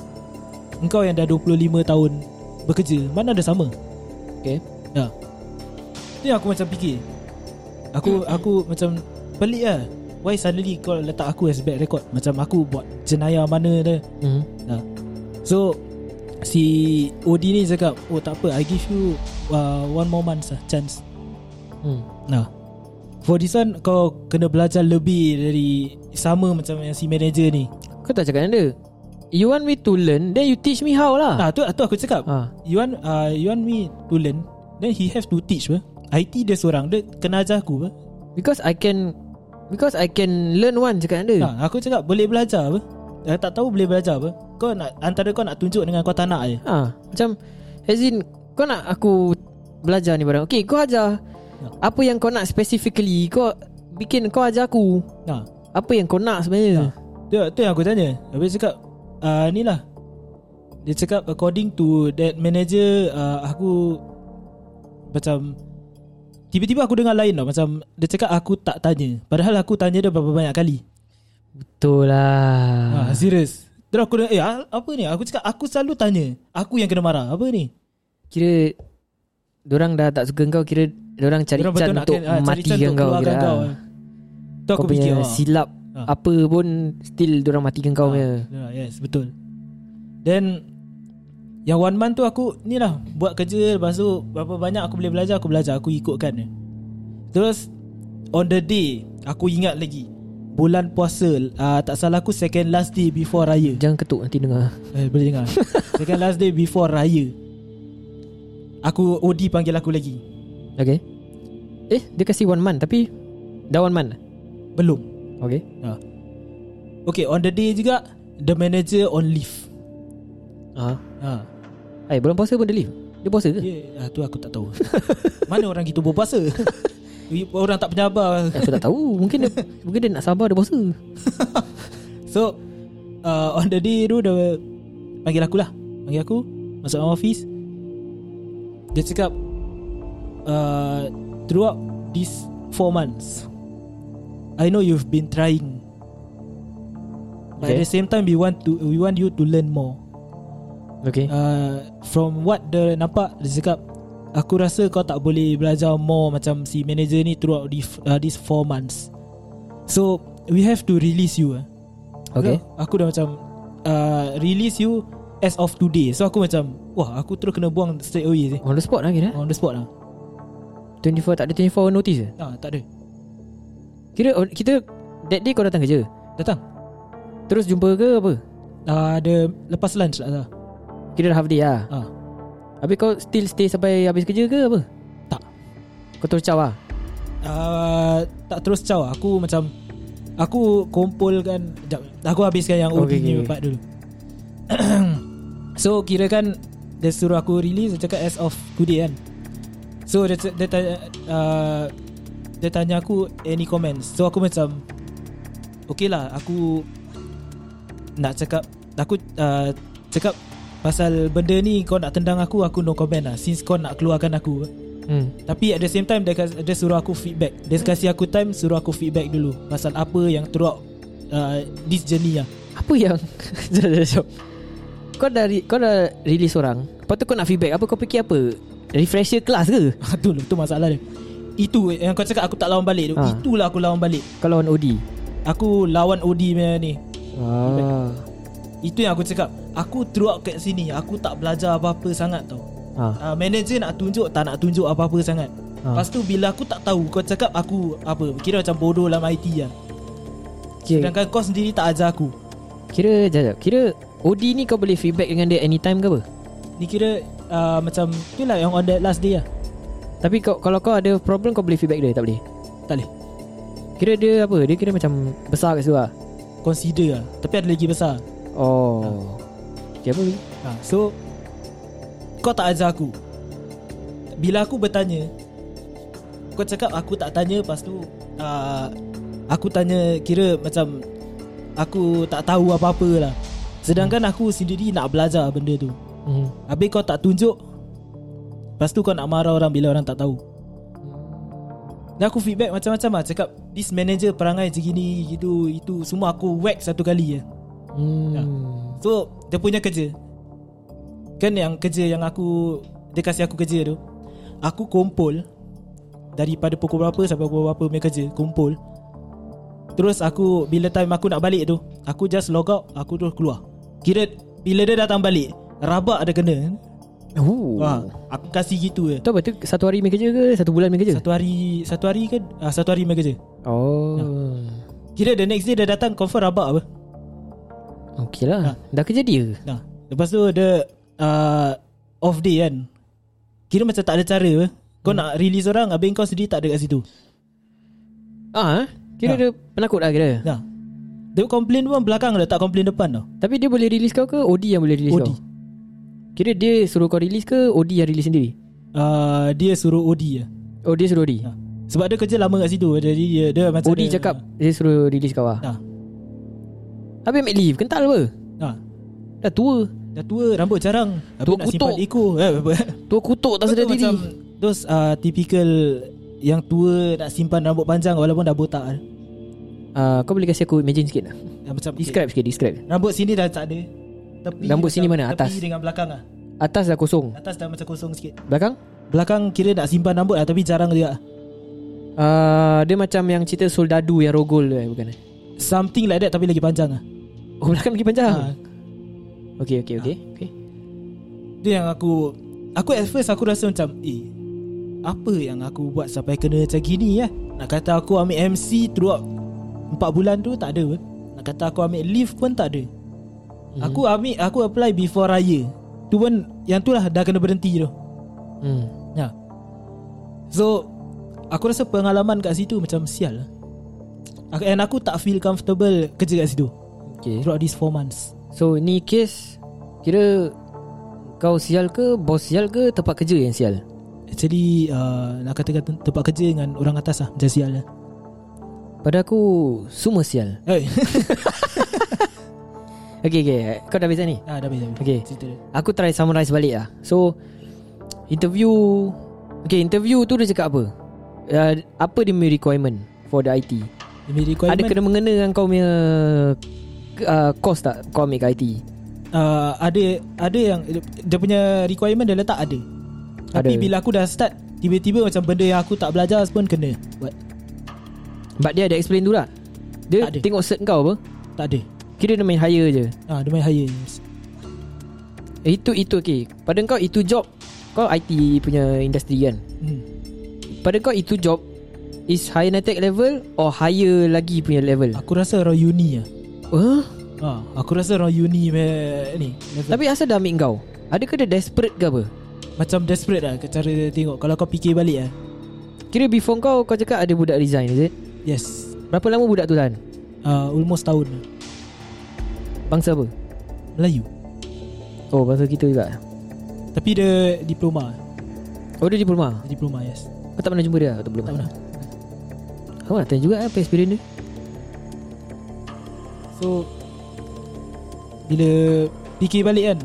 B: Engkau yang dah 25 tahun Bekerja Mana ada sama
A: Okay
B: Ya Ni aku macam fikir Aku aku macam Pelik lah Why suddenly kau letak aku as bad record Macam aku buat jenayah mana dah
A: mm.
B: Nah. So Si OD ni cakap Oh tak apa I give you uh, One more month lah Chance
A: Mm.
B: Nah. For this one kau kena belajar lebih dari sama macam yang si manager ni.
A: Kau tak cakap dengan dia You want me to learn Then you teach me how lah
B: Ah tu tu aku cakap.
A: ha.
B: You want uh, you want me to learn then he have to teach bah. IT dia seorang dia kena ajar aku bah.
A: Because I can Because I can learn one Cakap dengan dia
B: Nah, aku cakap boleh belajar bah. Dah tak tahu boleh belajar bah. Kau nak antara kau nak tunjuk dengan kau tak nak ya? je.
A: ha. Macam As in Kau nak aku Belajar ni barang Okay kau ajar
B: Ya.
A: Apa yang kau nak specifically Kau Bikin kau ajar aku
B: Nah.
A: Apa yang kau nak sebenarnya
B: Tu tu yang aku tanya. Habis cakap uh, ni lah Dia cakap according to that manager uh, aku macam tiba-tiba aku dengar lain tau macam dia cakap aku tak tanya. Padahal aku tanya dia berapa banyak kali.
A: Betul
B: Ah,
A: lah
B: serius. Terus aku dengar, eh ah, apa ni? Aku cakap aku selalu tanya. Aku yang kena marah. Apa ni?
A: Kira Diorang dah tak suka kau Kira Diorang cari
B: Dorang
A: can
B: betul nak
A: untuk
B: kena- ah, cari can
A: Matikan
B: untuk
A: kau
B: keluarkan
A: kira
B: kau.
A: ah.
B: Tu aku
A: Kau
B: fikir.
A: punya
B: ah.
A: silap
B: Ah.
A: Apa pun Still diorang matikan kau punya
B: Ah, yes, betul. Then yang one month tu aku ni lah buat kerja lepas tu berapa banyak aku boleh belajar aku belajar aku ikutkan je. Terus on the day aku ingat lagi bulan puasa uh, tak salah aku second last day before raya.
A: Jangan ketuk nanti dengar
B: Eh, boleh dengar. second last day before raya. Aku OD panggil aku lagi.
A: Okay Eh dia kasih one month Tapi Dah one month
B: Belum.
A: Okay
B: Ha. Okay, on the day juga the manager on leave.
A: Ah,
B: Ha.
A: Eh bulan puasa pun dia leave Dia puasa ke?
B: Ya, ah, tu aku tak tahu. Mana orang gitu berpuasa? orang tak penyabar.
A: Aku tak tahu Mungkin dia Mungkin dia nak sabar Dia puasa
B: So, uh, on the day tu dia panggil aku lah. Panggil aku masuk dalam office. Dia cakap uh, throughout these four months I know you've been trying. But
A: Okay.
B: at the same time we want to we want you to learn more.
A: Okay
B: uh, From what dia nampak Dia cakap Aku rasa kau tak boleh belajar more Macam si manager ni Throughout the, uh, these 4 months So We have to release you eh.
A: Okay
B: So, Aku dah macam uh, Release you As of today So aku macam Wah aku terus kena buang Straight away sih.
A: On the spot lah kira
B: On the spot lah
A: 24 Tak ada 24 hour notice ke?
B: ah, Tak ada
A: Kira on- kita That day kau datang kerja
B: Datang
A: Terus jumpa ke apa?
B: uh, Ada Lepas lunch lah dah.
A: Kira dah half day lah
B: ah,
A: Habis kau still stay sampai habis kerja ke apa?
B: Tak
A: Kau terus caw lah
B: uh, Tak terus caw Aku macam Aku kumpulkan Sekejap Aku habiskan yang OD
A: Okay,
B: okay, ni
A: okay.
B: part dulu So kira kan Dia suruh aku release Dia cakap as of today kan So dia, dia tanya uh, Dia tanya aku Any comments So aku macam Okay lah Aku Nak cakap Aku uh, Cakap Pasal benda ni Kau nak tendang aku Aku no comment lah Since kau nak keluarkan aku
A: hmm.
B: tapi at the same time dia, kas- dia suruh aku feedback. Dia kasih aku time suruh aku feedback dulu pasal apa yang throughout uh, this journey lah.
A: Apa yang Sekejap, sekejap, sekejap. Kau dah re- Kau dah release orang Lepas tu kau nak feedback Apa kau fikir apa Refresher kelas ke
B: tu lah, tu masalah dia. Itu yang kau cakap aku tak lawan balik tu.
A: Ha.
B: Itulah aku lawan balik.
A: Kau lawan OD
B: Aku lawan OD punya ni.
A: ah.
B: Itu yang aku cakap. Aku throughout kat sini aku tak belajar apa-apa sangat tau.
A: ah.
B: Uh, manager nak tunjuk tak nak tunjuk apa-apa sangat.
A: Ha.
B: Lepas tu bila aku tak tahu kau cakap aku apa kira macam bodoh dalam IT lah.
A: Okay.
B: Sedangkan kau sendiri tak ajar aku.
A: Kira jap, jap. Kira OD ni kau boleh feedback dengan dia anytime ke apa
B: Ni kira uh, macam itulah yang on that last day lah.
A: Tapi kau, kalau kau ada problem Kau boleh feedback dia Tak boleh
B: Tak boleh.
A: Kira dia apa Dia kira macam Besar kat situ lah
B: consider lah Tapi ada lagi besar
A: Oh Okay apa lagi
B: ha, So Kau tak ajar aku Bila aku bertanya Kau cakap aku tak tanya Lepas tu uh, Aku tanya Kira macam Aku tak tahu apa-apa lah Sedangkan aku sendiri nak belajar benda tu
A: hmm.
B: Habis kau tak tunjuk Lepas tu kau nak marah orang Bila orang tak tahu Dan aku feedback macam-macam lah Cakap This manager perangai macam gini Gitu Itu Semua aku whack satu kali je ya.
A: Hmm.
B: Ya. So dia punya kerja Kan yang kerja yang aku Dia kasih aku kerja tu Aku kumpul Daripada pukul berapa sampai pukul berapa punya kerja Kumpul Terus aku Bila time aku nak balik tu Aku just log out Aku terus keluar Kira Bila dia datang balik Rabak dia kena
A: Oh.
B: Wah, Aku kasih gitu je
A: Tu apa tu Satu hari main kerja ke Satu bulan main kerja
B: Satu hari Satu hari kan ah, Satu hari punya kerja
A: Oh
B: Ya. Kira the next day dia datang Confirm rabak apa
A: Okay lah Dah kerja dia
B: Nah, lepas tu dia uh, off day kan. Kira macam tak ada cara apa. Kau hmm. nak release orang Habis kau sendiri tak ada kat situ
A: Ah, eh? Kira
B: Ya.
A: dia penakut lah kira
B: Nah Dia complain pun belakang dia Tak complain depan tau
A: Tapi dia boleh release kau ke OD yang boleh release
B: OD.
A: kau Kira dia suruh kau release ke OD yang release sendiri
B: uh, Dia suruh OD je
A: Oh dia suruh OD
B: nah. Sebab dia kerja lama kat situ Jadi dia, dia macam
A: OD
B: dia,
A: cakap Dia suruh release kau lah
B: Nah,
A: Habis ambil leave Kental apa
B: nah.
A: Dah tua
B: Dah tua rambut jarang Habis
A: Tua
B: nak simpan
A: kutuk.
B: ekor eh, apa-
A: Tua kutuk tak
B: Kau
A: sedar
B: tahu
A: diri
B: Macam those uh, typical yang tua nak simpan rambut panjang walaupun dah botak. kan.
A: Ah, Kau boleh kasi aku imagine sikit lah. tak?
B: Yang macam okay,
A: Describe sikit Describe
B: rambut sini dah tak ada. Tepi
A: Rambut sini
B: macam-
A: mana? Atas?
B: Tepi dengan belakang ah.
A: Atas dah kosong
B: Atas dah macam kosong sikit.
A: Belakang
B: Belakang kira nak simpan rambut lah tapi jarang juga.
A: Ah, Dia macam yang cerita Soldadu Yang rogol tu eh Bukan eh?
B: Something like that tapi lagi panjang ah.
A: Oh belakang lagi panjang
B: Ha.
A: Okay okay okay, okay.
B: Itu yang aku Aku at first aku rasa macam Eh Apa yang aku buat sampai kena macam gini ya Nak kata aku ambil MC throughout 4 bulan tu tak ada pun. Nak kata aku ambil leave pun tak ada
A: Hmm.
B: Aku ambil Aku apply before raya Tu pun Yang tu lah dah kena berhenti tu
A: hmm.
B: Ya So Aku rasa pengalaman kat situ macam sial lah Aku- And aku tak feel comfortable kerja kat situ
A: Okay
B: Throughout these 4 months
A: So ni kes Kira Kau sial ke Bos sial ke Tempat kerja yang sial
B: Actually uh, Nak kata tempat kerja dengan orang atas lah Macam sial lah
A: Pada aku Semua sial
B: Hey.
A: Okay okay Kau dah habis dah ni
B: Ah, dah habis, dah habis.
A: Okay.
B: Cerita dia.
A: Aku try summarize balik lah So Interview Okay interview tu dia cakap apa uh, Apa dia punya requirement For the IT
B: Dia punya requirement
A: Ada kena mengena dengan kau punya uh, Course tak Kau ambil kat IT
B: uh, ada ada yang dia punya requirement dia letak ada. Tapi
A: Ada.
B: bila aku dah start tiba-tiba macam benda yang aku tak belajar pun kena buat.
A: But dia ada explain tu lah Dia
B: Tak ada.
A: tengok cert kau apa
B: Tak ada.
A: Kira dia main hire je
B: Ah, dia main hire.
A: Eh, Itu itu okay Pada kau itu job Kau IT punya industri kan
B: Hmm.
A: Pada kau itu job Is higher NITEC level Or higher lagi punya level
B: Aku rasa orang uni ah.
A: huh?
B: Ah, aku rasa orang uni punya ni. Level.
A: Tapi asal dah ambil kau Adakah dia desperate ke apa
B: Macam desperate lah cara dia tengok. Kalau kau fikir balik ah.
A: Kira before kau Kau cakap ada budak resign is it
B: Yes.
A: Berapa lama budak tu tahan
B: Ah, almost tahun lah.
A: Bangsa apa
B: Melayu.
A: Oh bangsa kita juga
B: Tapi dia diploma.
A: Oh dia diploma
B: Dia Diploma yes.
A: Kau tak pernah jumpa dia atau belum
B: Tak pernah.
A: Aku nak tanya juga apa experience dia
B: So Bila Fikir balik kan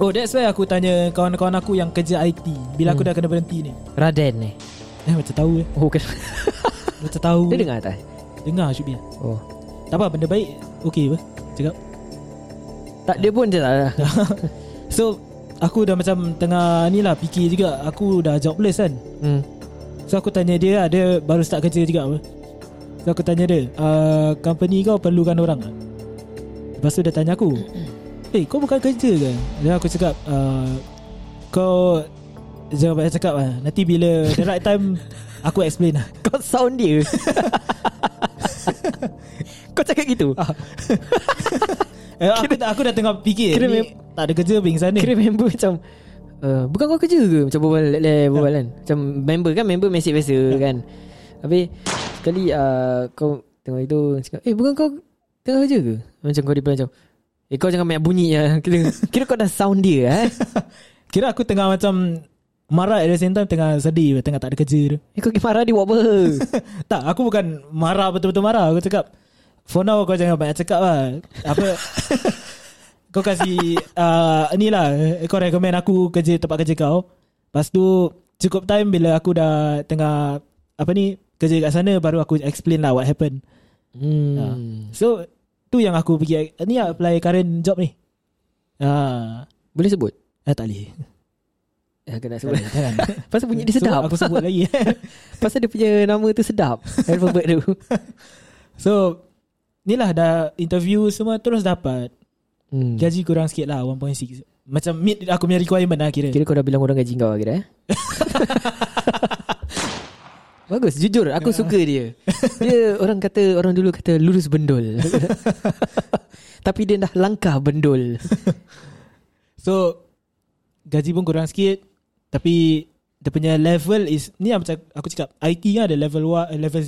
B: Oh that's why aku tanya Kawan-kawan aku yang kerja IT Bila aku
A: Hmm.
B: dah kena berhenti ni
A: Raden ni
B: Eh macam tahu eh
A: Oh kan
B: Macam tahu
A: Dia dengar tak
B: Dengar should be
A: Oh
B: Tak apa benda baik Okay apa Cakap
A: Tak dia pun je tak
B: So Aku dah macam tengah ni lah Fikir juga Aku dah jobless kan
A: hmm.
B: So aku tanya dia lah, Dia baru start kerja juga apa So aku tanya dia uh, Company kau perlukan orang tak? Lepas tu dia tanya aku
A: Hmm.
B: Eh hey, kau bukan kerja ke Dan aku cakap uh, Kau Jangan banyak cakap lah Nanti bila The right time Aku explain lah
A: Kau sound dia Kau cakap gitu
B: Ah. eh, aku, dah, aku dah tengah fikir
A: Kira
B: ni
A: mem-
B: Tak ada kerja pingsan ni
A: Kira member macam uh, Bukan kau kerja ke Macam berbual
B: Ah.
A: leleh berbual kan Macam member kan Member message biasa
B: Ya.
A: kan Habis Sekali uh, Kau tengok itu Cakap eh bukan kau Tengah kerja ke Macam kau reply macam Eh kau jangan banyak bunyi ya. Kira, kira kau dah sound dia eh.
B: Kira aku tengah macam Marah at the same time Tengah sedih Tengah tak ada kerja tu
A: Eh kau pergi marah dia buat apa
B: Tak aku bukan marah betul-betul marah Aku cakap For now kau jangan banyak cakap lah Apa Kau kasih uh, Ni lah eh, Kau recommend aku kerja tempat kerja kau Lepas tu Cukup time bila aku dah tengah Apa ni Kerja kat sana Baru aku explain lah what happen
A: hmm.
B: Ah. So Tu yang aku pergi Ni lah apply current job ni Ah,
A: Boleh sebut?
B: eh, Tak boleh
A: Eh, aku nak
B: Tak
A: sebut
B: boleh, jangan.
A: Pasal bunyi dia sedap
B: So, Aku sebut lagi
A: Pasal dia punya nama tu sedap Alphabet tu
B: So Ni lah dah interview semua Terus dapat
A: hmm.
B: Gaji kurang sikit lah 1.6 Macam meet aku punya requirement lah kira,
A: Kira kau dah bilang orang gaji kau lah kira eh? Bagus jujur aku suka
B: Ya.
A: dia. Dia orang kata orang dulu kata lurus bendul. Tapi dia dah langkah bendul.
B: So Gaji pun kurang sikit Tapi Dia punya level is Ni yang macam aku cakap IT kan ada level 1 Level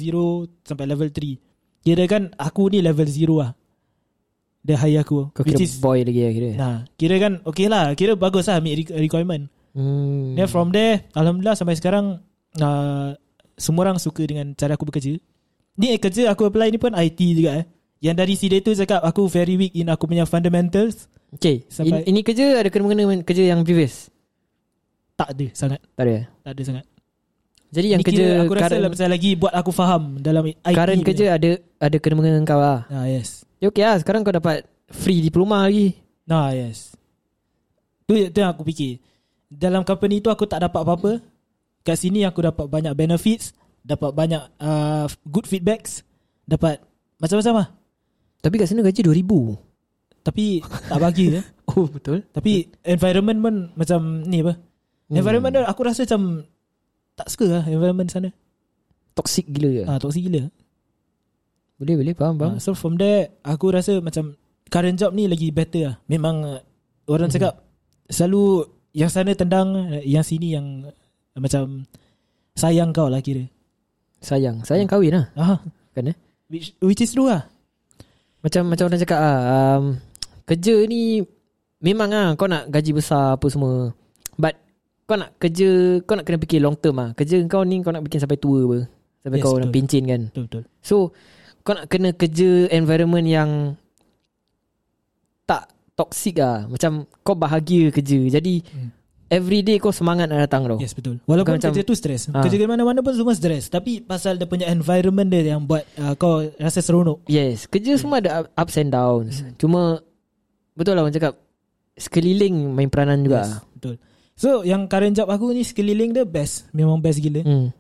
B: 0 Sampai level 3 Kira kan aku ni level 0 lah Dia hire aku
A: Kau kira boy lagi lah kira.
B: Nah, kira kan okay lah Kira bagus lah meet re- requirement
A: Hmm.
B: Then from there Alhamdulillah sampai sekarang uh, Semua orang suka dengan cara aku bekerja Ni eh, kerja aku apply ni pun IT juga eh Yang dari CD tu cakap Aku very weak in aku punya fundamentals
A: Okay
B: Sampai-
A: Sampai ini, ini kerja ada kena-mengena dengan kerja yang previous
B: Tak ada sangat
A: Tak ada eh?
B: Tak ada sangat
A: Jadi yang
B: Ni kira
A: kerja
B: Aku rasa
A: current,
B: lah pasal lagi Buat aku faham Dalam IT
A: current
B: punya.
A: kerja ada ada kena-mengena dengan kau lah
B: Nah Ah, yes
A: Ya okay lah Sekarang kau dapat Free diploma lagi
B: Nah yes tu, tu yang aku fikir Dalam company tu Aku tak dapat apa-apa Kat sini aku dapat banyak benefits Dapat banyak uh, Good feedbacks Dapat Macam-macam lah
A: Tapi kat sana gaji 2000 Oh
B: Tapi Tak bagi ya.
A: betul
B: Tapi Environment pun Macam ni apa hmm. Environment tu aku rasa macam Tak suka lah Environment sana
A: Toxic gila ke
B: yeah. ha, Toxic gila
A: Boleh boleh faham Ya. faham
B: Ha, so from there aku rasa macam current job ni lagi better lah. Memang uh, orang
A: Mhm.
B: cakap selalu yang sana tendang, eh, yang sini yang uh, macam sayang kau lah kira.
A: Sayang Sayang kahwin lah
B: Aha.
A: Kan eh
B: Which, which is true lah.
A: Macam macam orang cakap ah, um, kerja ni memang ah kau nak gaji besar apa semua. But kau nak kerja kau nak kena fikir long term ah. Kerja kau ni kau nak bikin sampai tua apa. Sampai
B: Yes,
A: yes, kau nak
B: betul.
A: pencin kan.
B: Betul betul.
A: So kau nak kena kerja environment yang tak toxic ah. Macam kau bahagia kerja. Jadi
B: Hmm.
A: every day kau semangat nak datang tau.
B: Oh. Yes betul. Walaupun
A: Bukan
B: kerja
A: macam-
B: tu stress.
A: Ah.
B: Kerja di mana-mana pun semua stress. Tapi pasal dia punya environment dia yang buat uh, kau rasa seronok.
A: Yes
B: Hmm.
A: Kerja semua ada up- ups and downs Cuma Betul lah orang cakap Sekeliling main peranan juga
B: Yes, betul. So yang current job aku ni sekeliling dia best. Memang best gila.
A: hmm.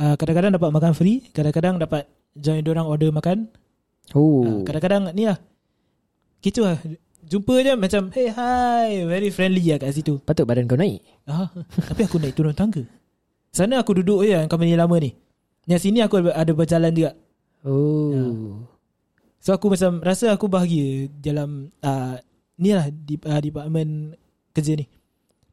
B: Uh, kadang-kadang dapat makan free, kadang-kadang dapat join orang order makan.
A: Oh
B: Ha, kadang-kadang ni lah Gitu lah Jumpa je macam Hey hi Very friendly lah kat situ
A: Patut badan kau naik
B: ah, Tapi aku naik turun tangga Sana aku duduk je yang company lama ni Yang sini aku ada ada berjalan juga
A: Oh
B: Ya. So aku macam Rasa aku bahagia Dalam uh, Ni lah di, uh, Department Kerja ni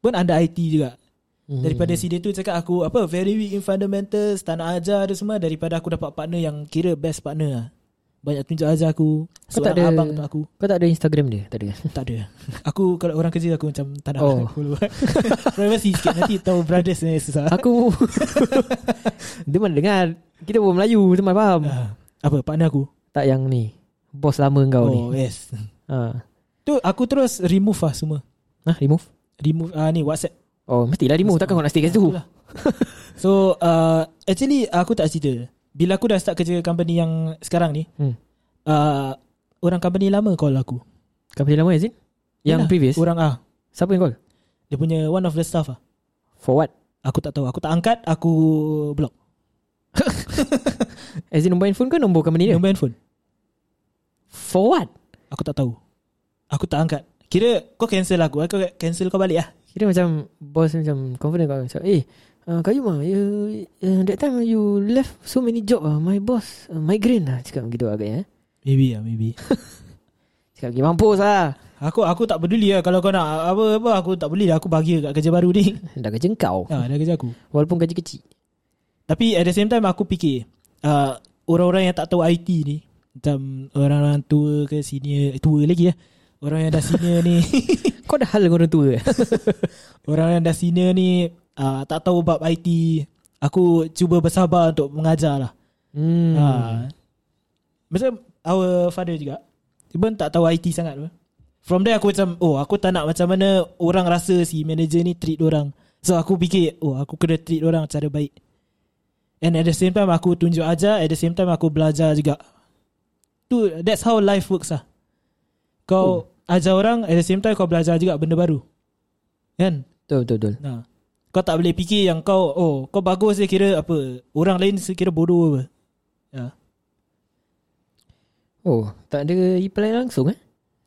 B: Pun under IT juga
A: hmm.
B: Daripada si dia tu cakap aku Apa Very weak in fundamentals Tak nak ajar dia semua Daripada aku dapat partner Yang kira best partner lah Banyak tunjuk ajar aku
A: Kau
B: Seorang
A: tak ada-
B: abang untuk aku
A: Kau tak ada Instagram dia? Tak ada
B: Tak ada Aku kalau orang kerja Aku macam tak nak
A: Oh.
B: Aku buat Privacy sikit Nanti tahu brothers ni susah
A: Aku Dia mana dengar Kita pun Melayu Dia mana faham
B: Ah, Apa partner aku
A: Tak yang ni Bos lama kau ni
B: Oh, yes
A: ha.
B: Tu aku terus remove lah semua
A: Nah, remove
B: Remove ah, ni whatsapp
A: Oh mestilah remove Takkan kau nak stay kat situ
B: Itulah. So uh, Actually aku tak cerita Bila aku dah start kerja Company yang sekarang ni
A: Hmm.
B: uh, Orang company lama call aku
A: Kau punya lama Azin? Yang
B: Yalah,
A: previous
B: Orang ah
A: Siapa yang call?
B: Dia punya one of the staff ah.
A: For what?
B: Aku tak tahu Aku tak angkat Aku block
A: Azin nombor handphone ke nombor company dia?
B: Nombor handphone
A: For what?
B: Aku tak tahu Aku tak angkat Kira kau cancel aku Aku cancel kau balik lah
A: Kira macam Boss macam Confident kau Macam eh uh, Kayu mah you, uh, That time you left So many job ah My boss uh, Migraine lah Cakap begitu agaknya eh.
B: Maybe lah maybe
A: Cakap pergi mampus lah
B: Aku aku tak peduli lah Kalau kau nak apa-apa Aku tak peduli lah Aku bahagia kat kerja baru ni
A: Dah kerja kau
B: ha, Dah kerja aku
A: Walaupun gaji kecil
B: Tapi at the same time aku fikir uh, Orang-orang yang tak tahu IT ni Macam orang-orang tua ke senior eh, Tua lagi lah Orang yang dah senior ni
A: Kau dah hal dengan orang tua eh?
B: Orang yang dah senior ni uh, Tak tahu bab IT Aku cuba bersabar untuk mengajar lah
A: hmm.
B: hmm. ha. Macam our father juga Dia pun tak tahu IT sangat pun From there aku macam Oh aku tak nak macam mana Orang rasa si manager ni treat orang So aku fikir Oh aku kena treat orang cara baik And at the same time aku tunjuk aja At the same time aku belajar juga tu That's how life works lah Kau ajar orang At the same time kau belajar juga benda baru Kan
A: Betul betul betul
B: Nah. Kau tak boleh fikir yang kau oh kau bagus dia kira apa orang lain kira bodoh apa. Ya.
A: Oh tak ada reply langsung eh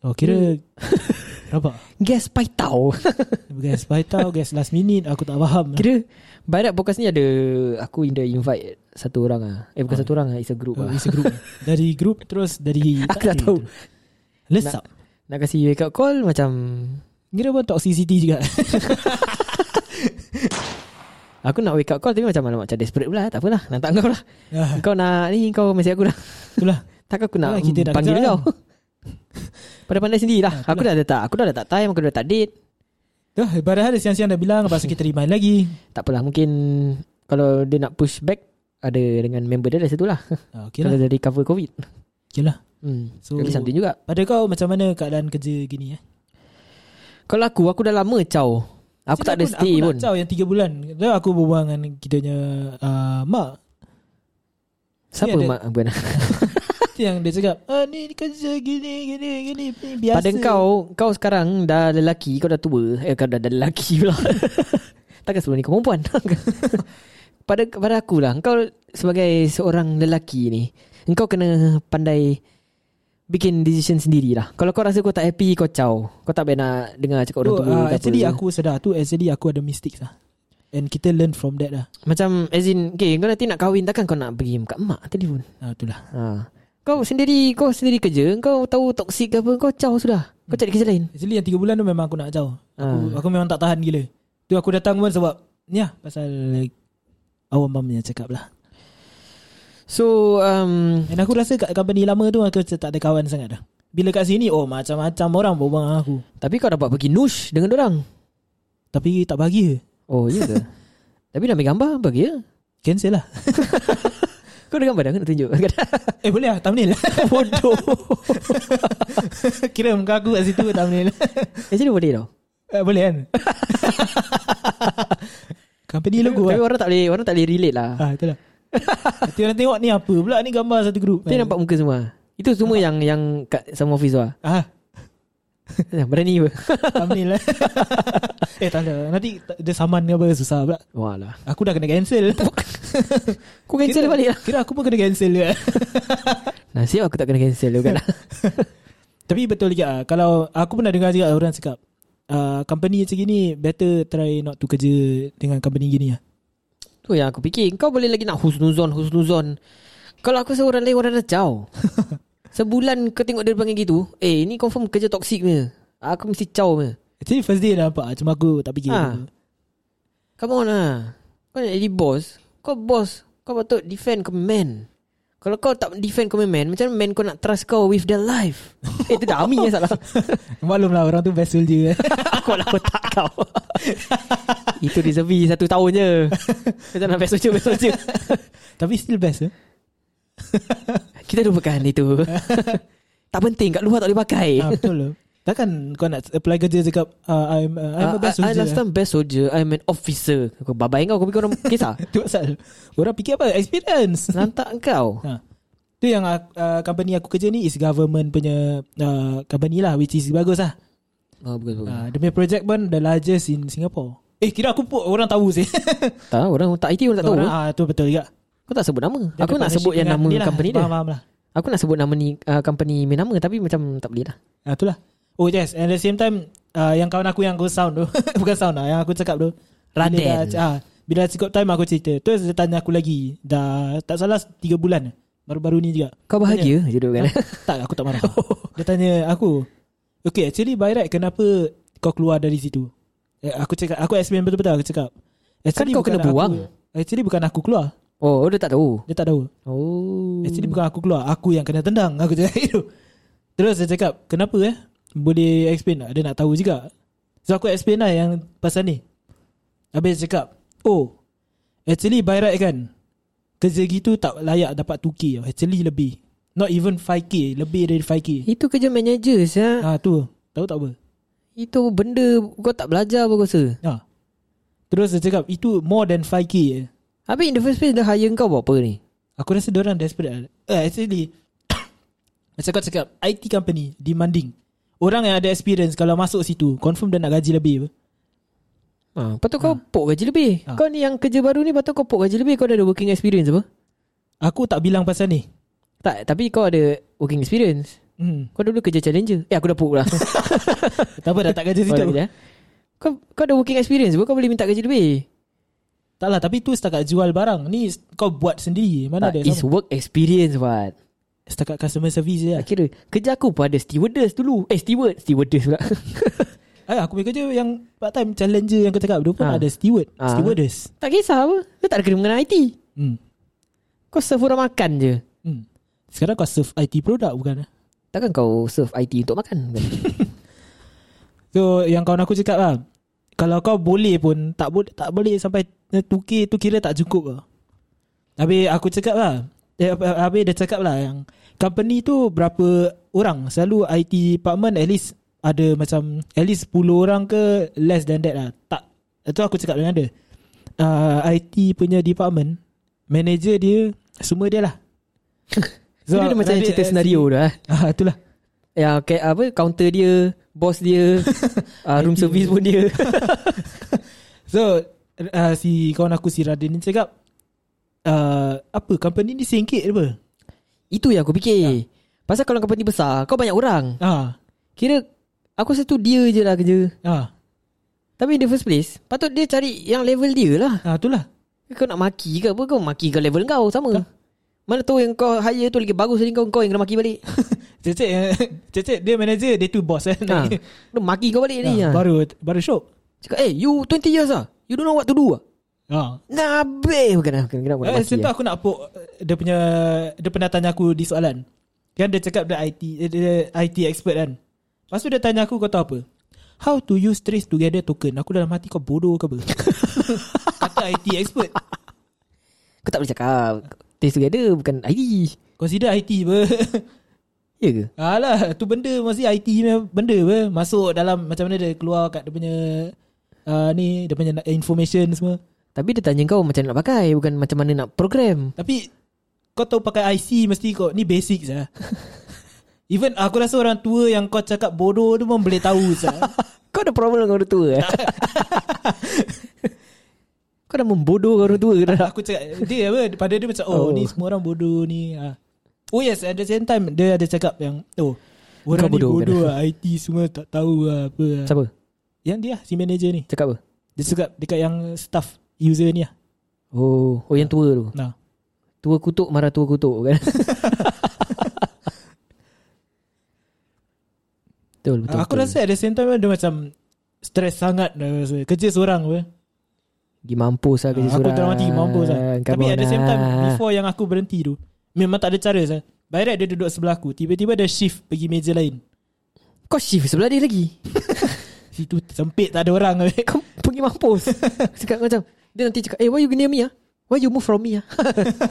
B: Oh kira Rabak
A: Gas paitau
B: Guys by tau Guys last minute Aku tak faham lah.
A: Kira Barat podcast ni ada Aku in the invite Satu orang ah. Eh
B: Oh.
A: bukan satu orang ah, It's a group
B: Oh,
A: ah.
B: It's a group Dari group Terus dari
A: Aku tak tahu
B: Lesap
A: Nak kasi wake up call Macam
B: Kira pun toxicity juga
A: Aku nak wake up call Tapi macam Alamak macam desperate pula eh, Tak apalah Nantak kau lah
B: Ah,
A: Kau nak ni Kau message aku dah
B: Itulah
A: Takkan aku nak
B: Itulah kita nak
A: Panggil
B: kejar kan?
A: kau Pada pandai sendiri lah
B: Ah,
A: Aku dah letak Aku dah letak time Aku dah letak date
B: Dah Padahal dia siang-siang dah bilang Lepas tu kita remind lagi
A: Tak apalah mungkin Kalau dia nak push back Ada dengan member dia Dah situ lah
B: ah, Okay
A: Kalau
B: lah
A: dia recover covid
B: Okay lah
A: Hmm.
B: So-
A: So, Lagi something juga
B: Pada kau macam mana keadaan kerja gini eh
A: Kalau aku Aku dah lama caw Aku
B: Sini
A: tak ada stay
B: aku Aku
A: pun
B: nak caw yang 3 bulan Lalu aku berbual dengan Kitanya uh, Mak
A: Siapa
B: Sini ada-
A: mak Bukan
B: Itu yang dia cakap ah, Ni kerja gini gini gini ni Biasa
A: Pada kau Kau sekarang Dah lelaki Kau dah tua Eh kau dah, dah lelaki pula Takkan sebelum ni kau perempuan Pada pada aku lah Kau sebagai seorang lelaki ni Engkau kena pandai Bikin decision sendiri lah Kalau kau rasa kau tak happy Kau caw Kau tak payah nak Dengar cakap orang
B: Bro,
A: tua ke
B: uh,
A: apa.
B: Actually aku sedar tu Actually aku ada mistakes lah And kita learn from that lah
A: Macam as in Okay kau nanti nak kahwin Takkan kau nak pergi Kat mak telefon
B: ah, Itulah
A: ha. Kau sendiri Kau sendiri kerja Kau tahu toksik ke apa Kau caw sudah Kau cari kerja lain
B: Actually yang 3 bulan tu memang aku nak jauh aku,
A: Ah.
B: Oh, aku memang tak tahan gila Tu aku datang pun sebab Ni lah pasal Awam mamnya cakap lah
A: So um,
B: And aku rasa kat company lama tu Aku macam tak ada kawan sangat dah Bila kat sini Oh macam-macam orang berbual dengan aku
A: Tapi kau dapat pergi Nush Dengan orang
B: Tapi tak bagi ke
A: Oh ya ke Tapi dah ambil gambar Bagi ya
B: Cancel lah
A: Kau ada gambar dah Kau nak tunjuk
B: Eh
A: ah,
B: boleh lah thumbnail
A: Bodoh
B: Kira muka aku kat situ thumbnail
A: Actually boleh tau
B: eh, Boleh kan Company logo
A: Tapi
B: lah
A: orang tak boleh Orang tak boleh relate lah
B: ha, Itulah Nanti orang tengok ni apa pula Ni gambar satu kan. grup
A: Tapi nampak muka semua Itu semua yang Yang kat sama office lah
B: Ah,
A: Berani apa
B: thumbnail lah Eh tak ada Nanti ta- dia saman ke apa Susah pula
A: Wah lah
B: Aku dah kena cancel
A: Kau cancel
B: Kira-
A: balik lah
B: Kira aku pun kena cancel juga
A: Nasib aku tak kena cancel Bukan lah
B: Tapi betul juga ah, Kalau aku pernah dengar juga orang cakap uh, Company macam gini Better try not to kerja Dengan company gini lah
A: Tu yang aku fikir Kau boleh lagi nak husnuzon Husnuzon Kalau aku rasa orang lain Orang dah jauh Sebulan kau tengok dia panggil gitu Eh ni confirm kerja toksik punya Aku mesti caw punya
B: Actually first day dah nampak ah, Cuma aku tak fikir
A: Ah. Come on lah Kau nak jadi boss Kau boss Kau patut defend kau man Kalau kau tak defend kau punya man Macam mana man kau nak trust kau With their life Eh tu dah Ami yang salah
B: Maklumlah lah, orang tu vessel je
A: Aku lah otak kau Itu reserve satu tahun je Macam nak best soldier Best soldier
B: Tapi still best eh?
A: Kita lupakan itu Tak penting kat luar tak boleh pakai
B: ah, Betul lah Takkan kau nak apply kerja cakap ah, I'm, uh, I'm a
A: Ah,
B: best
A: I, I
B: soldier
A: last time best soldier I'm an officer Kau babai kau Kau fikir orang kisah
B: Itu pasal Orang fikir apa Experience
A: Lantak kau
B: ha. Tu yang ah, ah, company aku kerja ni Is government punya ah, Company lah Which is bagus lah
A: oh, Bagus bagus
B: Ah, Dia punya project pun The largest in Singapore Eh kira aku pun orang tahu sih
A: Tak orang tak IT orang tak tahu
B: Orang, ah, tu betul juga
A: Kau tak sebut nama
B: Dia
A: Aku
B: ada
A: nak sebut
B: partnership
A: yang
B: dengan
A: nama
B: ni lah.
A: company dia
B: Faham, faham lah
A: Aku nak sebut nama ni uh, Company main nama Tapi macam tak boleh lah
B: Ah, itulah. Oh yes, and at the same time uh, yang kawan aku yang aku sound tu, bukan sound lah, yang aku cakap tu.
A: Raden.
B: Bila dah, ah, bila dah cukup time aku cerita. Terus dia tanya aku lagi. Dah tak salah 3 bulan. Baru-baru ni juga.
A: Kau bahagia je dulu kan
B: tak, aku tak marah. dia tanya aku, "Okay, actually by right kenapa kau keluar dari situ?" Eh, aku cakap, aku explain betul-betul aku cakap. Actually
A: Kan kau
B: bukan
A: kena buang."
B: Aku, actually bukan aku keluar.
A: Oh dia tak tahu
B: Dia tak tahu.
A: Oh
B: Actually bukan aku keluar Aku yang kena tendang Aku cakap itu Terus dia cakap Kenapa eh Boleh explain tak Dia nak tahu juga So aku explain lah yang Pasal ni Habis dia cakap Oh Actually by right kan Kerja gitu tak layak dapat 2K tau. Actually lebih Not even 5K Lebih dari 5K
A: Itu kerja manager ya.
B: Ah tu Tahu tak apa
A: Itu benda Kau tak belajar apa kau rasa
B: ha. Terus dia cakap Itu more than 5K eh.
A: Habis in the first place Dia hire kau buat apa ni
B: Aku rasa diorang desperate lah. uh, Actually Macam kau cakap IT company Demanding Orang yang ada experience Kalau masuk situ Confirm dia nak gaji lebih apa.
A: ha, Lepas tu kau pok gaji lebih
B: Ha.
A: Kau ni yang kerja baru ni Lepas tu kau pok gaji lebih Kau dah ada working experience apa
B: Aku tak bilang pasal ni
A: Tak tapi kau ada Working experience
B: hmm.
A: Kau dulu kerja challenger Eh aku dah pok lah
B: Tak apa dah tak gaji
A: Kau dah
B: situ
A: kerja, eh? Kau kau ada working experience apa? Kau boleh minta gaji lebih
B: Tak lah tapi tu setakat jual barang Ni s- kau buat sendiri Mana ada
A: Tak, It's
B: sama
A: work experience what
B: Setakat customer service je lah
A: Tak kira Kerja aku pun ada stewardess dulu Eh steward Stewardess pula
B: Ay, Ah, Aku punya kerja yang Part time challenger yang kau cakap Dia pun
A: Ah.
B: ada steward
A: Ah.
B: Stewardess
A: Tak kisah apa Kau tak ada kena mengenai IT
B: hmm.
A: Kau serve orang makan je
B: Hmm. Sekarang kau serve IT product bukan eh?
A: Takkan kau serve IT untuk makan kan?
B: So yang kawan aku cakap lah Kalau kau boleh pun Tak boleh tak boleh sampai 2K tu kira tak cukup lah Habis aku cakap lah eh, apa- Habis dia cakap lah yang Company tu berapa orang Selalu IT department at least ada macam at least 10 orang ke less than that lah. Tak. Itu aku cakap dengan dia. Uh, IT punya department, manager dia semua dia lah.
A: So, dia, dia macam yang cerita senario dah eh.
B: Ah, itulah.
A: Yang okay, apa counter dia, boss dia, uh, room
B: IT.
A: service pun dia.
B: So uh, si kawan aku si Radin ni cakap uh, apa company ni singkit apa?
A: Itu yang aku fikir. Pasal kalau company besar, kau banyak orang.
B: Ah.
A: Kira aku rasa tu dia je lah kerja.
B: Ah,
A: Tapi in the first place, patut dia cari yang level dia lah.
B: ah itulah.
A: Kau nak maki ke apa Kau maki ke level kau Sama Mana tahu yang kau hire tu Lagi bagus dari kau Kau yang kena maki balik
B: Cecek eh, Cecek dia manager Dia tu boss kan
A: ha.
B: ha.
A: Dia maki kau balik ni ha.
B: Baru Baru shock
A: Cakap eh you 20 years lah You don't know what to do lah
B: ha.
A: Nah be Bukan Bukan Kenapa nak
B: Eh,
A: maki
B: Sebab
A: lah.
B: aku nak put Dia punya Dia pernah tanya aku Di soalan Kan dia cakap Dia IT eh, Dia IT expert kan Lepas tu dia tanya aku Kau tahu apa How to use trace together token Aku dalam hati kau bodoh ke apa Kata IT expert
A: Kau tak boleh cakap Taste together Bukan ID
B: Consider IT apa
A: Ya ke
B: Alah Ah, lah, tu benda masih IT punya benda apa masuk dalam macam mana dia keluar kat dia punya uh, ni dia punya information semua.
A: Tapi dia tanya kau Macam nak pakai Bukan macam mana nak program
B: Tapi kau tahu pakai IC mesti kau ni basic sah. Even aku rasa orang tua yang kau cakap bodoh tu pun boleh tahu sah.
A: Kau ada problem dengan orang tua eh? Kau dah membodoh orang tua ke dah
B: aku cakap dia apa pada dia macam oh,
A: Oh.
B: oh. ni semua orang bodoh ni. Ah. Oh yes at the same time dia ada cakap yang oh orang
A: Kau
B: ni
A: bodoh,
B: bodoh,
A: kan?
B: lah, IT semua tak tahu lah, apa. lah.
A: Siapa
B: Yang dia lah, si manager ni.
A: Cakap apa
B: Dia cakap dekat yang staff user ni lah.
A: Oh Oh yang tua tu
B: Nah.
A: Tua kutuk marah tua kutuk kan Betul betul
B: Betul, aku
A: betul.
B: rasa at the same time dia macam stres sangat dia rasa. kerja seorang apa.
A: Pergi mampus lah kerja
B: Ah, aku
A: seorang
B: terlalu mati mampus lah. Tapi at the same time
A: lah.
B: before yang aku berhenti tu memang tak ada cara sah. By right dia duduk sebelah aku Tiba-tiba dia shift Pergi meja lain
A: Kau shift sebelah dia lagi
B: Situ sempit tak ada orang
A: Kau pergi mampus Cakap macam Dia nanti cakap Eh why you near me ah? Why you move from me ah?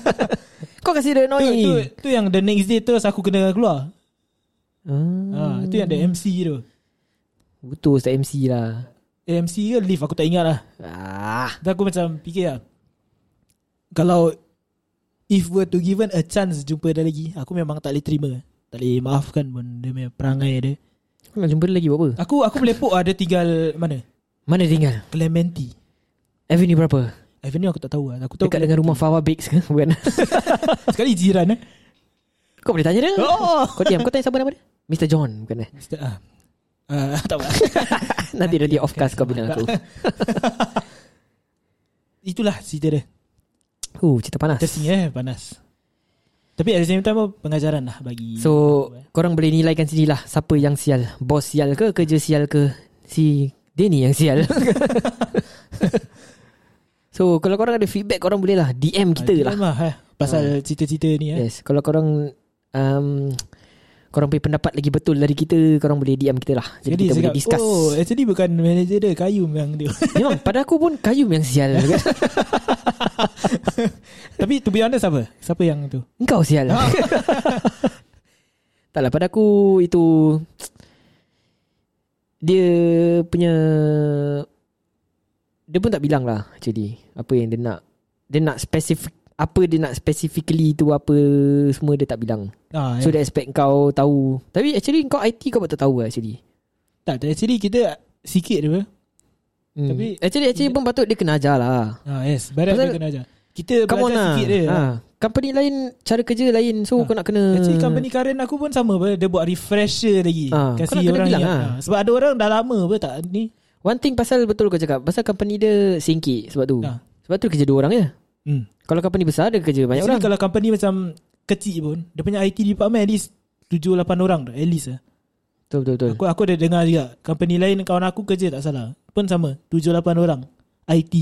A: Kau kasi
B: tu,
A: dia
B: tu,
A: annoying
B: tu yang the next day terus aku kena keluar
A: Ah,
B: ha, Itu yang the MC tu
A: Betul Ustaz MC lah
B: Eh, MC ke lift aku tak ingat lah
A: Ah,
B: Tapi aku macam fikir lah Kalau If were to given a chance Jumpa dia lagi Aku memang tak boleh terima Tak boleh maafkan pun Dia punya perangai dia
A: Kau nak jumpa dia lagi buat apa
B: Aku aku boleh put ada tinggal mana?
A: Mana dia tinggal
B: Clementi.
A: Avenue berapa
B: Avenue aku tak tahu lah. Aku tahu
A: Dekat dengan rumah Fawa Bakes ke Bukan
B: sekali jiran eh.
A: Kau boleh tanya dia
B: Oh.
A: Kau diam Kau tanya siapa nama dia Mr. John Bukan eh
B: Mr. Ah. Uh, tak apa.
A: Nanti dia dia off cast kau bilang aku
B: Itulah cerita dia.
A: Uh cerita panas
B: Testing eh panas. Tapi at the same time pun pengajaran lah bagi.
A: So Korang boleh nilaikan sendirilah Siapa yang sial Bos sial ke Kerja sial ke Si Dia ni yang sial So kalau korang ada feedback Korang boleh lah DM kita
B: Ah,
A: lah Ah.
B: itulah, eh. Pasal cerita-cerita ni eh.
A: Yes Kalau korang um, Korang punya pendapat lagi betul dari kita Korang boleh DM kita lah Jadi, kita boleh
B: cakap,
A: discuss
B: Oh, actually bukan manager dia, Kayum yang dia.
A: Memang pada aku pun Kayum yang sial
B: Tapi to be honest apa? Siapa yang tu?
A: Engkau sial
B: Ha.
A: Tak lah pada aku itu Dia punya Dia pun tak bilang lah actually Apa yang dia nak Dia nak spesifik Apa dia nak specifically tu apa Semua dia tak bilang
B: Ah,
A: So dia expect kau tahu Tapi actually kau IT kau pun tak tahu lah actually
B: tak, actually kita sikit dia. apa.
A: hmm. Tapi
B: Tapi-
A: Actually actually pun patut dia kena ajar lah
B: Ah, yes. Barat
A: Pasal-
B: dia kena ajar. Kita
A: Come on
B: belajar
A: lah
B: sikit dia.
A: ha. Company lain Cara kerja lain
B: Ah.
A: So kau nak kena
B: Actually company current aku pun sama apa Dia buat refresher lagi
A: Hmm. Ah,
B: ha,
A: Hmm. kau nak
B: Kasih
A: kena
B: orang
A: bilang
B: yang,
A: lah.
B: ha. Sebab ada orang dah lama apa tak ni
A: One thing pasal betul kau cakap Pasal company dia singkit Sebab tu
B: Ah.
A: Sebab tu kerja dua orang je
B: hmm.
A: Kalau company besar Dia kerja banyak
B: Actually,
A: orang
B: Ya, Kalau company macam kecil pun Dia punya IT department at least 7-8 orang tu At least lah
A: Hmm. Betul betul betul
B: Aku, aku ada dengar juga Company lain kawan aku kerja tak salah Pun sama 7-8 orang IT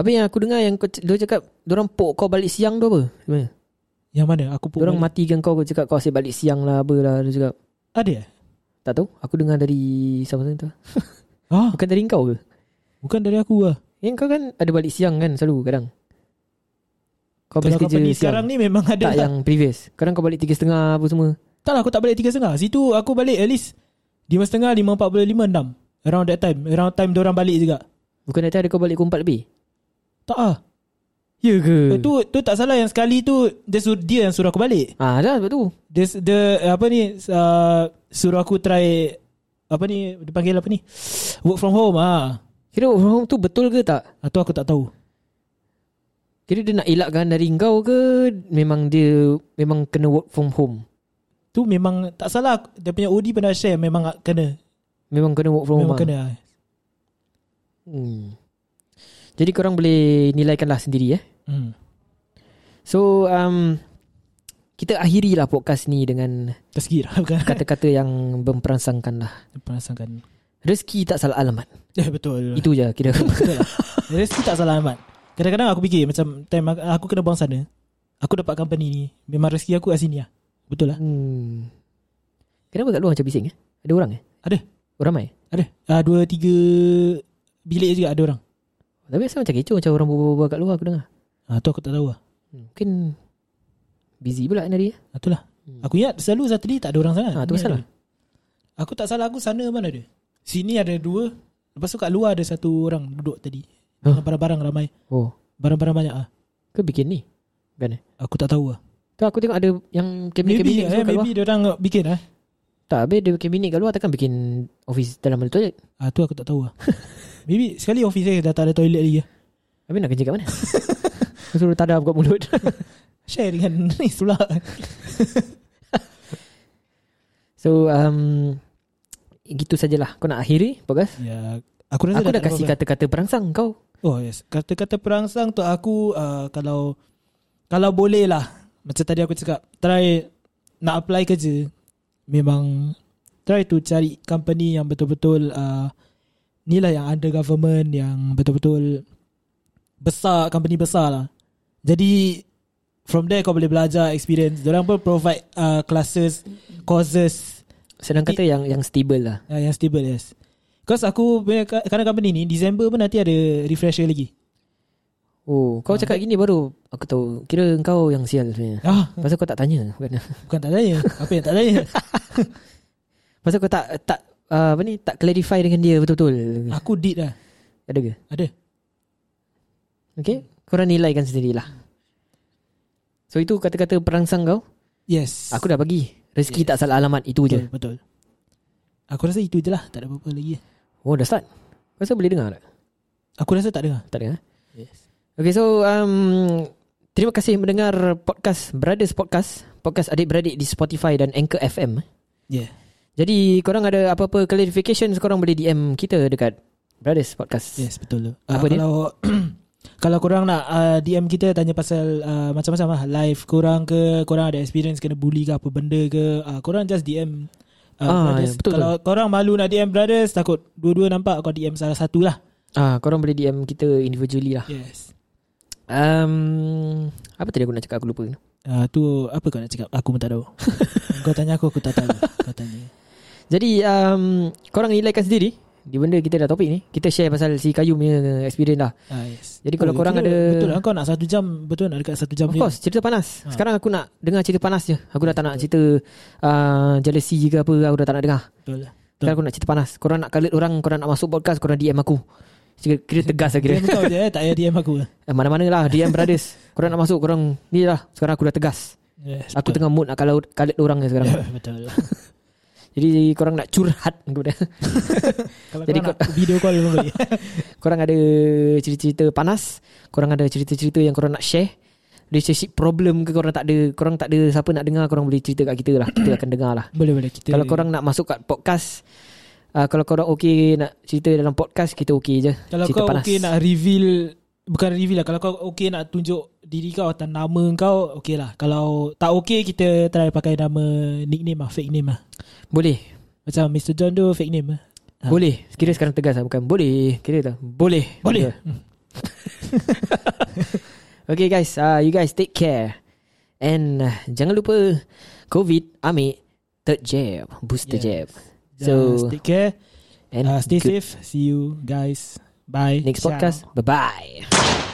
A: Apa yang aku dengar Yang kau, dia cakap Diorang pok kau balik siang tu apa Sebenarnya
B: Yang mana aku pun
A: Diorang
B: boleh-
A: matikan kau Kau cakap kau asyik balik siang lah Apa lah Dia cakap
B: Ada eh?
A: Tak tahu Aku dengar dari Siapa tu
B: ah,
A: Bukan dari kau ke
B: Bukan dari aku lah
A: Yang kau kan Ada balik siang kan Selalu kadang Kau
B: Kalau
A: habis kerja
B: company
A: siang
B: sekarang ni memang ada
A: Tak
B: lah.
A: yang previous Kadang kau balik tiga setengah Apa semua
B: Tak lah aku tak balik tiga setengah Situ aku balik at least Lima setengah, lima empat puluh, lima enam Around that time Around time diorang balik juga
A: Bukan nanti ada kau balik pukul 4 lebih
B: Tak ah
A: Ya ke
B: hmm. tu, tu tak salah yang sekali tu Dia, sur, dia yang suruh aku balik
A: Ah, dah sebab tu
B: Dia, s- dia eh, apa ni uh, Suruh aku try Apa ni Dia panggil apa ni Work from home ah.
A: Kira work from home tu betul ke tak
B: Atau aku tak tahu
A: Kira dia nak elakkan dari kau ke Memang dia Memang kena work from home
B: Tu memang tak salah Dia punya OD pernah share Memang kena
A: Memang kena work from
B: Memang
A: home ah.
B: kena ah.
A: Hmm. Jadi korang boleh nilaikanlah sendiri eh.
B: hmm.
A: So um, kita akhirilah podcast ni dengan
B: Tersegir lah, bukan
A: kata-kata yang memperangsangkan lah.
B: Perasakan
A: Rezeki tak salah alamat.
B: Eh betul
A: Itu je kira.
B: Betul lah Rezeki tak salah amat Kadang-kadang aku fikir Macam time aku- aku kena buang sana Aku dapat company ni Memang rezeki aku kat sini lah Betul lah
A: hmm. Kenapa kat luar macam bising eh? Ada orang eh?
B: Ada
A: Orang ramai?
B: Ada uh, Dua tiga Bilik juga ada orang
A: Tapi asal macam kecoh macam orang berbual-bual kat luar aku dengar.
B: ha, Tu aku tak tahu lah
A: Hmm, Mungkin busy pula hari eh?
B: ha, Tu lah Aku ingat selalu Saturday tak ada orang sangat
A: Ha, tu
B: Ni
A: pasal
B: ada.
A: lah.
B: Aku tak salah aku sana mana ada Sini ada dua Lepas tu kat luar ada satu orang Duduk tadi
A: Huh?
B: Dengan Barang-barang ramai
A: Oh,
B: Barang-barang banyak ah.
A: ke bikin ni? Bukan eh?
B: Aku tak tahu lah
A: Tu aku tengok ada yang
B: Maybe,
A: kabinet-kabinet
B: eh,
A: semua kat luar.
B: maybe dia orang bikin ah.
A: Tak, habis dia kabinet kat luar takkan bikin office dalam toilet.
B: Ah tu aku tak tahu lah Maybe sekali office saya dah tak ada toilet lagi ah.
A: Habis nak kerja kat mana? Kau Suruh tada buka mulut
B: Share dengan ni pula
A: So um, Gitu sajalah Kau nak akhiri podcast
B: Ya Aku rasa
A: Aku dah
B: tak
A: kasih
B: apa-apa.
A: kata-kata perangsang kau
B: Oh yes Kata-kata perangsang tu aku uh, Kalau Kalau boleh lah Macam tadi aku cakap Try Nak apply kerja Memang Try to cari company yang betul-betul uh, Ni lah yang under government Yang betul-betul Besar Company besar lah Jadi From there kau boleh belajar experience Diorang pun provide uh, Classes Courses
A: Senang kata yang yang stable lah
B: uh, Yang stable yes Because aku punya ka- Kadang company ni December pun nanti ada Refresher lagi
A: Oh Kau cakap gini baru Aku tahu Kira kau yang sial sebenarnya
B: Ah,
A: Pasal kau tak tanya Bukan
B: bukan tak tanya Apa yang tak tanya
A: Pasal kau tak tak uh, Apa ni Tak clarify dengan dia betul-betul
B: Aku did lah
A: Ada ke?
B: Ada
A: Okay
B: Hmm.
A: Korang nilaikan sendirilah So itu kata-kata perangsang kau
B: Yes
A: Aku dah bagi Rezeki tak salah alamat Itu
B: betul,
A: je
B: betul Aku rasa itu je lah Tak ada apa-apa lagi
A: Oh dah start Kau rasa boleh dengar tak?
B: Aku rasa tak lah. dengar
A: Tak dengar
B: Yes
A: Okay so um, Terima kasih mendengar podcast Brothers Podcast Podcast adik-beradik di Spotify dan Anchor FM
B: Yeah
A: Jadi korang ada apa-apa clarification Korang boleh DM kita dekat Brothers Podcast
B: Yes betul tu uh,
A: Apa dia?
B: Kalau Kalau korang nak uh, DM kita Tanya pasal uh, Macam-macam lah Live korang ke Korang ada experience Kena bully ke Apa benda ke uh, Korang just DM uh,
A: Ah,
B: brothers.
A: ya, betul tu.
B: Kalau korang malu nak DM brothers Takut dua-dua nampak Kau DM salah satu lah
A: Ah, Korang boleh DM kita individually lah
B: Yes
A: um, Apa tadi aku nak cakap aku lupa
B: Uh, tu apa kau nak cakap? Aku pun tak tahu. kau tanya aku, aku tak tahu. Kau tanya.
A: Jadi um, korang nilaikan sendiri Di benda kita dah topik ni Kita share pasal si Kayu punya experience lah
B: Ah, yes.
A: Jadi kalau korang
B: kira
A: ada-
B: Betul lah, kau nak satu jam. Betul nak dekat satu jam
A: Of
B: je.
A: course cerita
B: Ha.
A: panas Sekarang aku nak dengar cerita panas je Aku dah tak nak cerita uh, Jealousy ke apa Aku dah tak nak dengar
B: Betul lah.
A: Sekarang aku nak cerita panas Korang nak kalit orang Korang nak masuk podcast Korang DM aku Kira, kira tegas lah kira
B: DM kau je eh, tak payah DM aku.
A: eh, Mana-mana lah DM brothers Korang nak masuk Korang Ni lah Sekarang aku dah tegas
B: Yes,
A: Aku
B: betul.
A: tengah mood nak kalau kalit orang ni sekarang
B: Ya, betul.
A: Jadi korang nak curhat kepada
B: kalau
A: Jadi
B: Jadi kau nak video call pun boleh.
A: Korang ada cerita-cerita panas Korang ada cerita-cerita yang korang nak share Relationship problem ke korang tak ada Korang tak ada siapa nak dengar Korang boleh cerita kat kita lah Kita akan dengar lah
B: boleh boleh kita.
A: Kalau korang nak masuk kat podcast uh, Kalau korang okay nak cerita dalam podcast Kita okay je
B: kalau
A: cerita
B: kau
A: panas.
B: okey nak reveal bukan reveal lah kalau kau okey nak tunjuk diri kau atau nama kau okey lah kalau tak okey kita try pakai nama nickname lah fake name lah
A: Boleh
B: macam Mr. John tu fake name lah
A: ha. Boleh Kira sekarang tegas lah Bukan boleh Kira dah Boleh
B: Boleh.
A: Okay guys uh, You guys take care And uh, Jangan lupa COVID Ambil Third jab Booster
B: Yes.
A: jab So-
B: Just take care
A: And
B: uh, stay
A: good
B: safe. See you guys. Bye.
A: Next
B: Ciao.
A: podcast Bye bye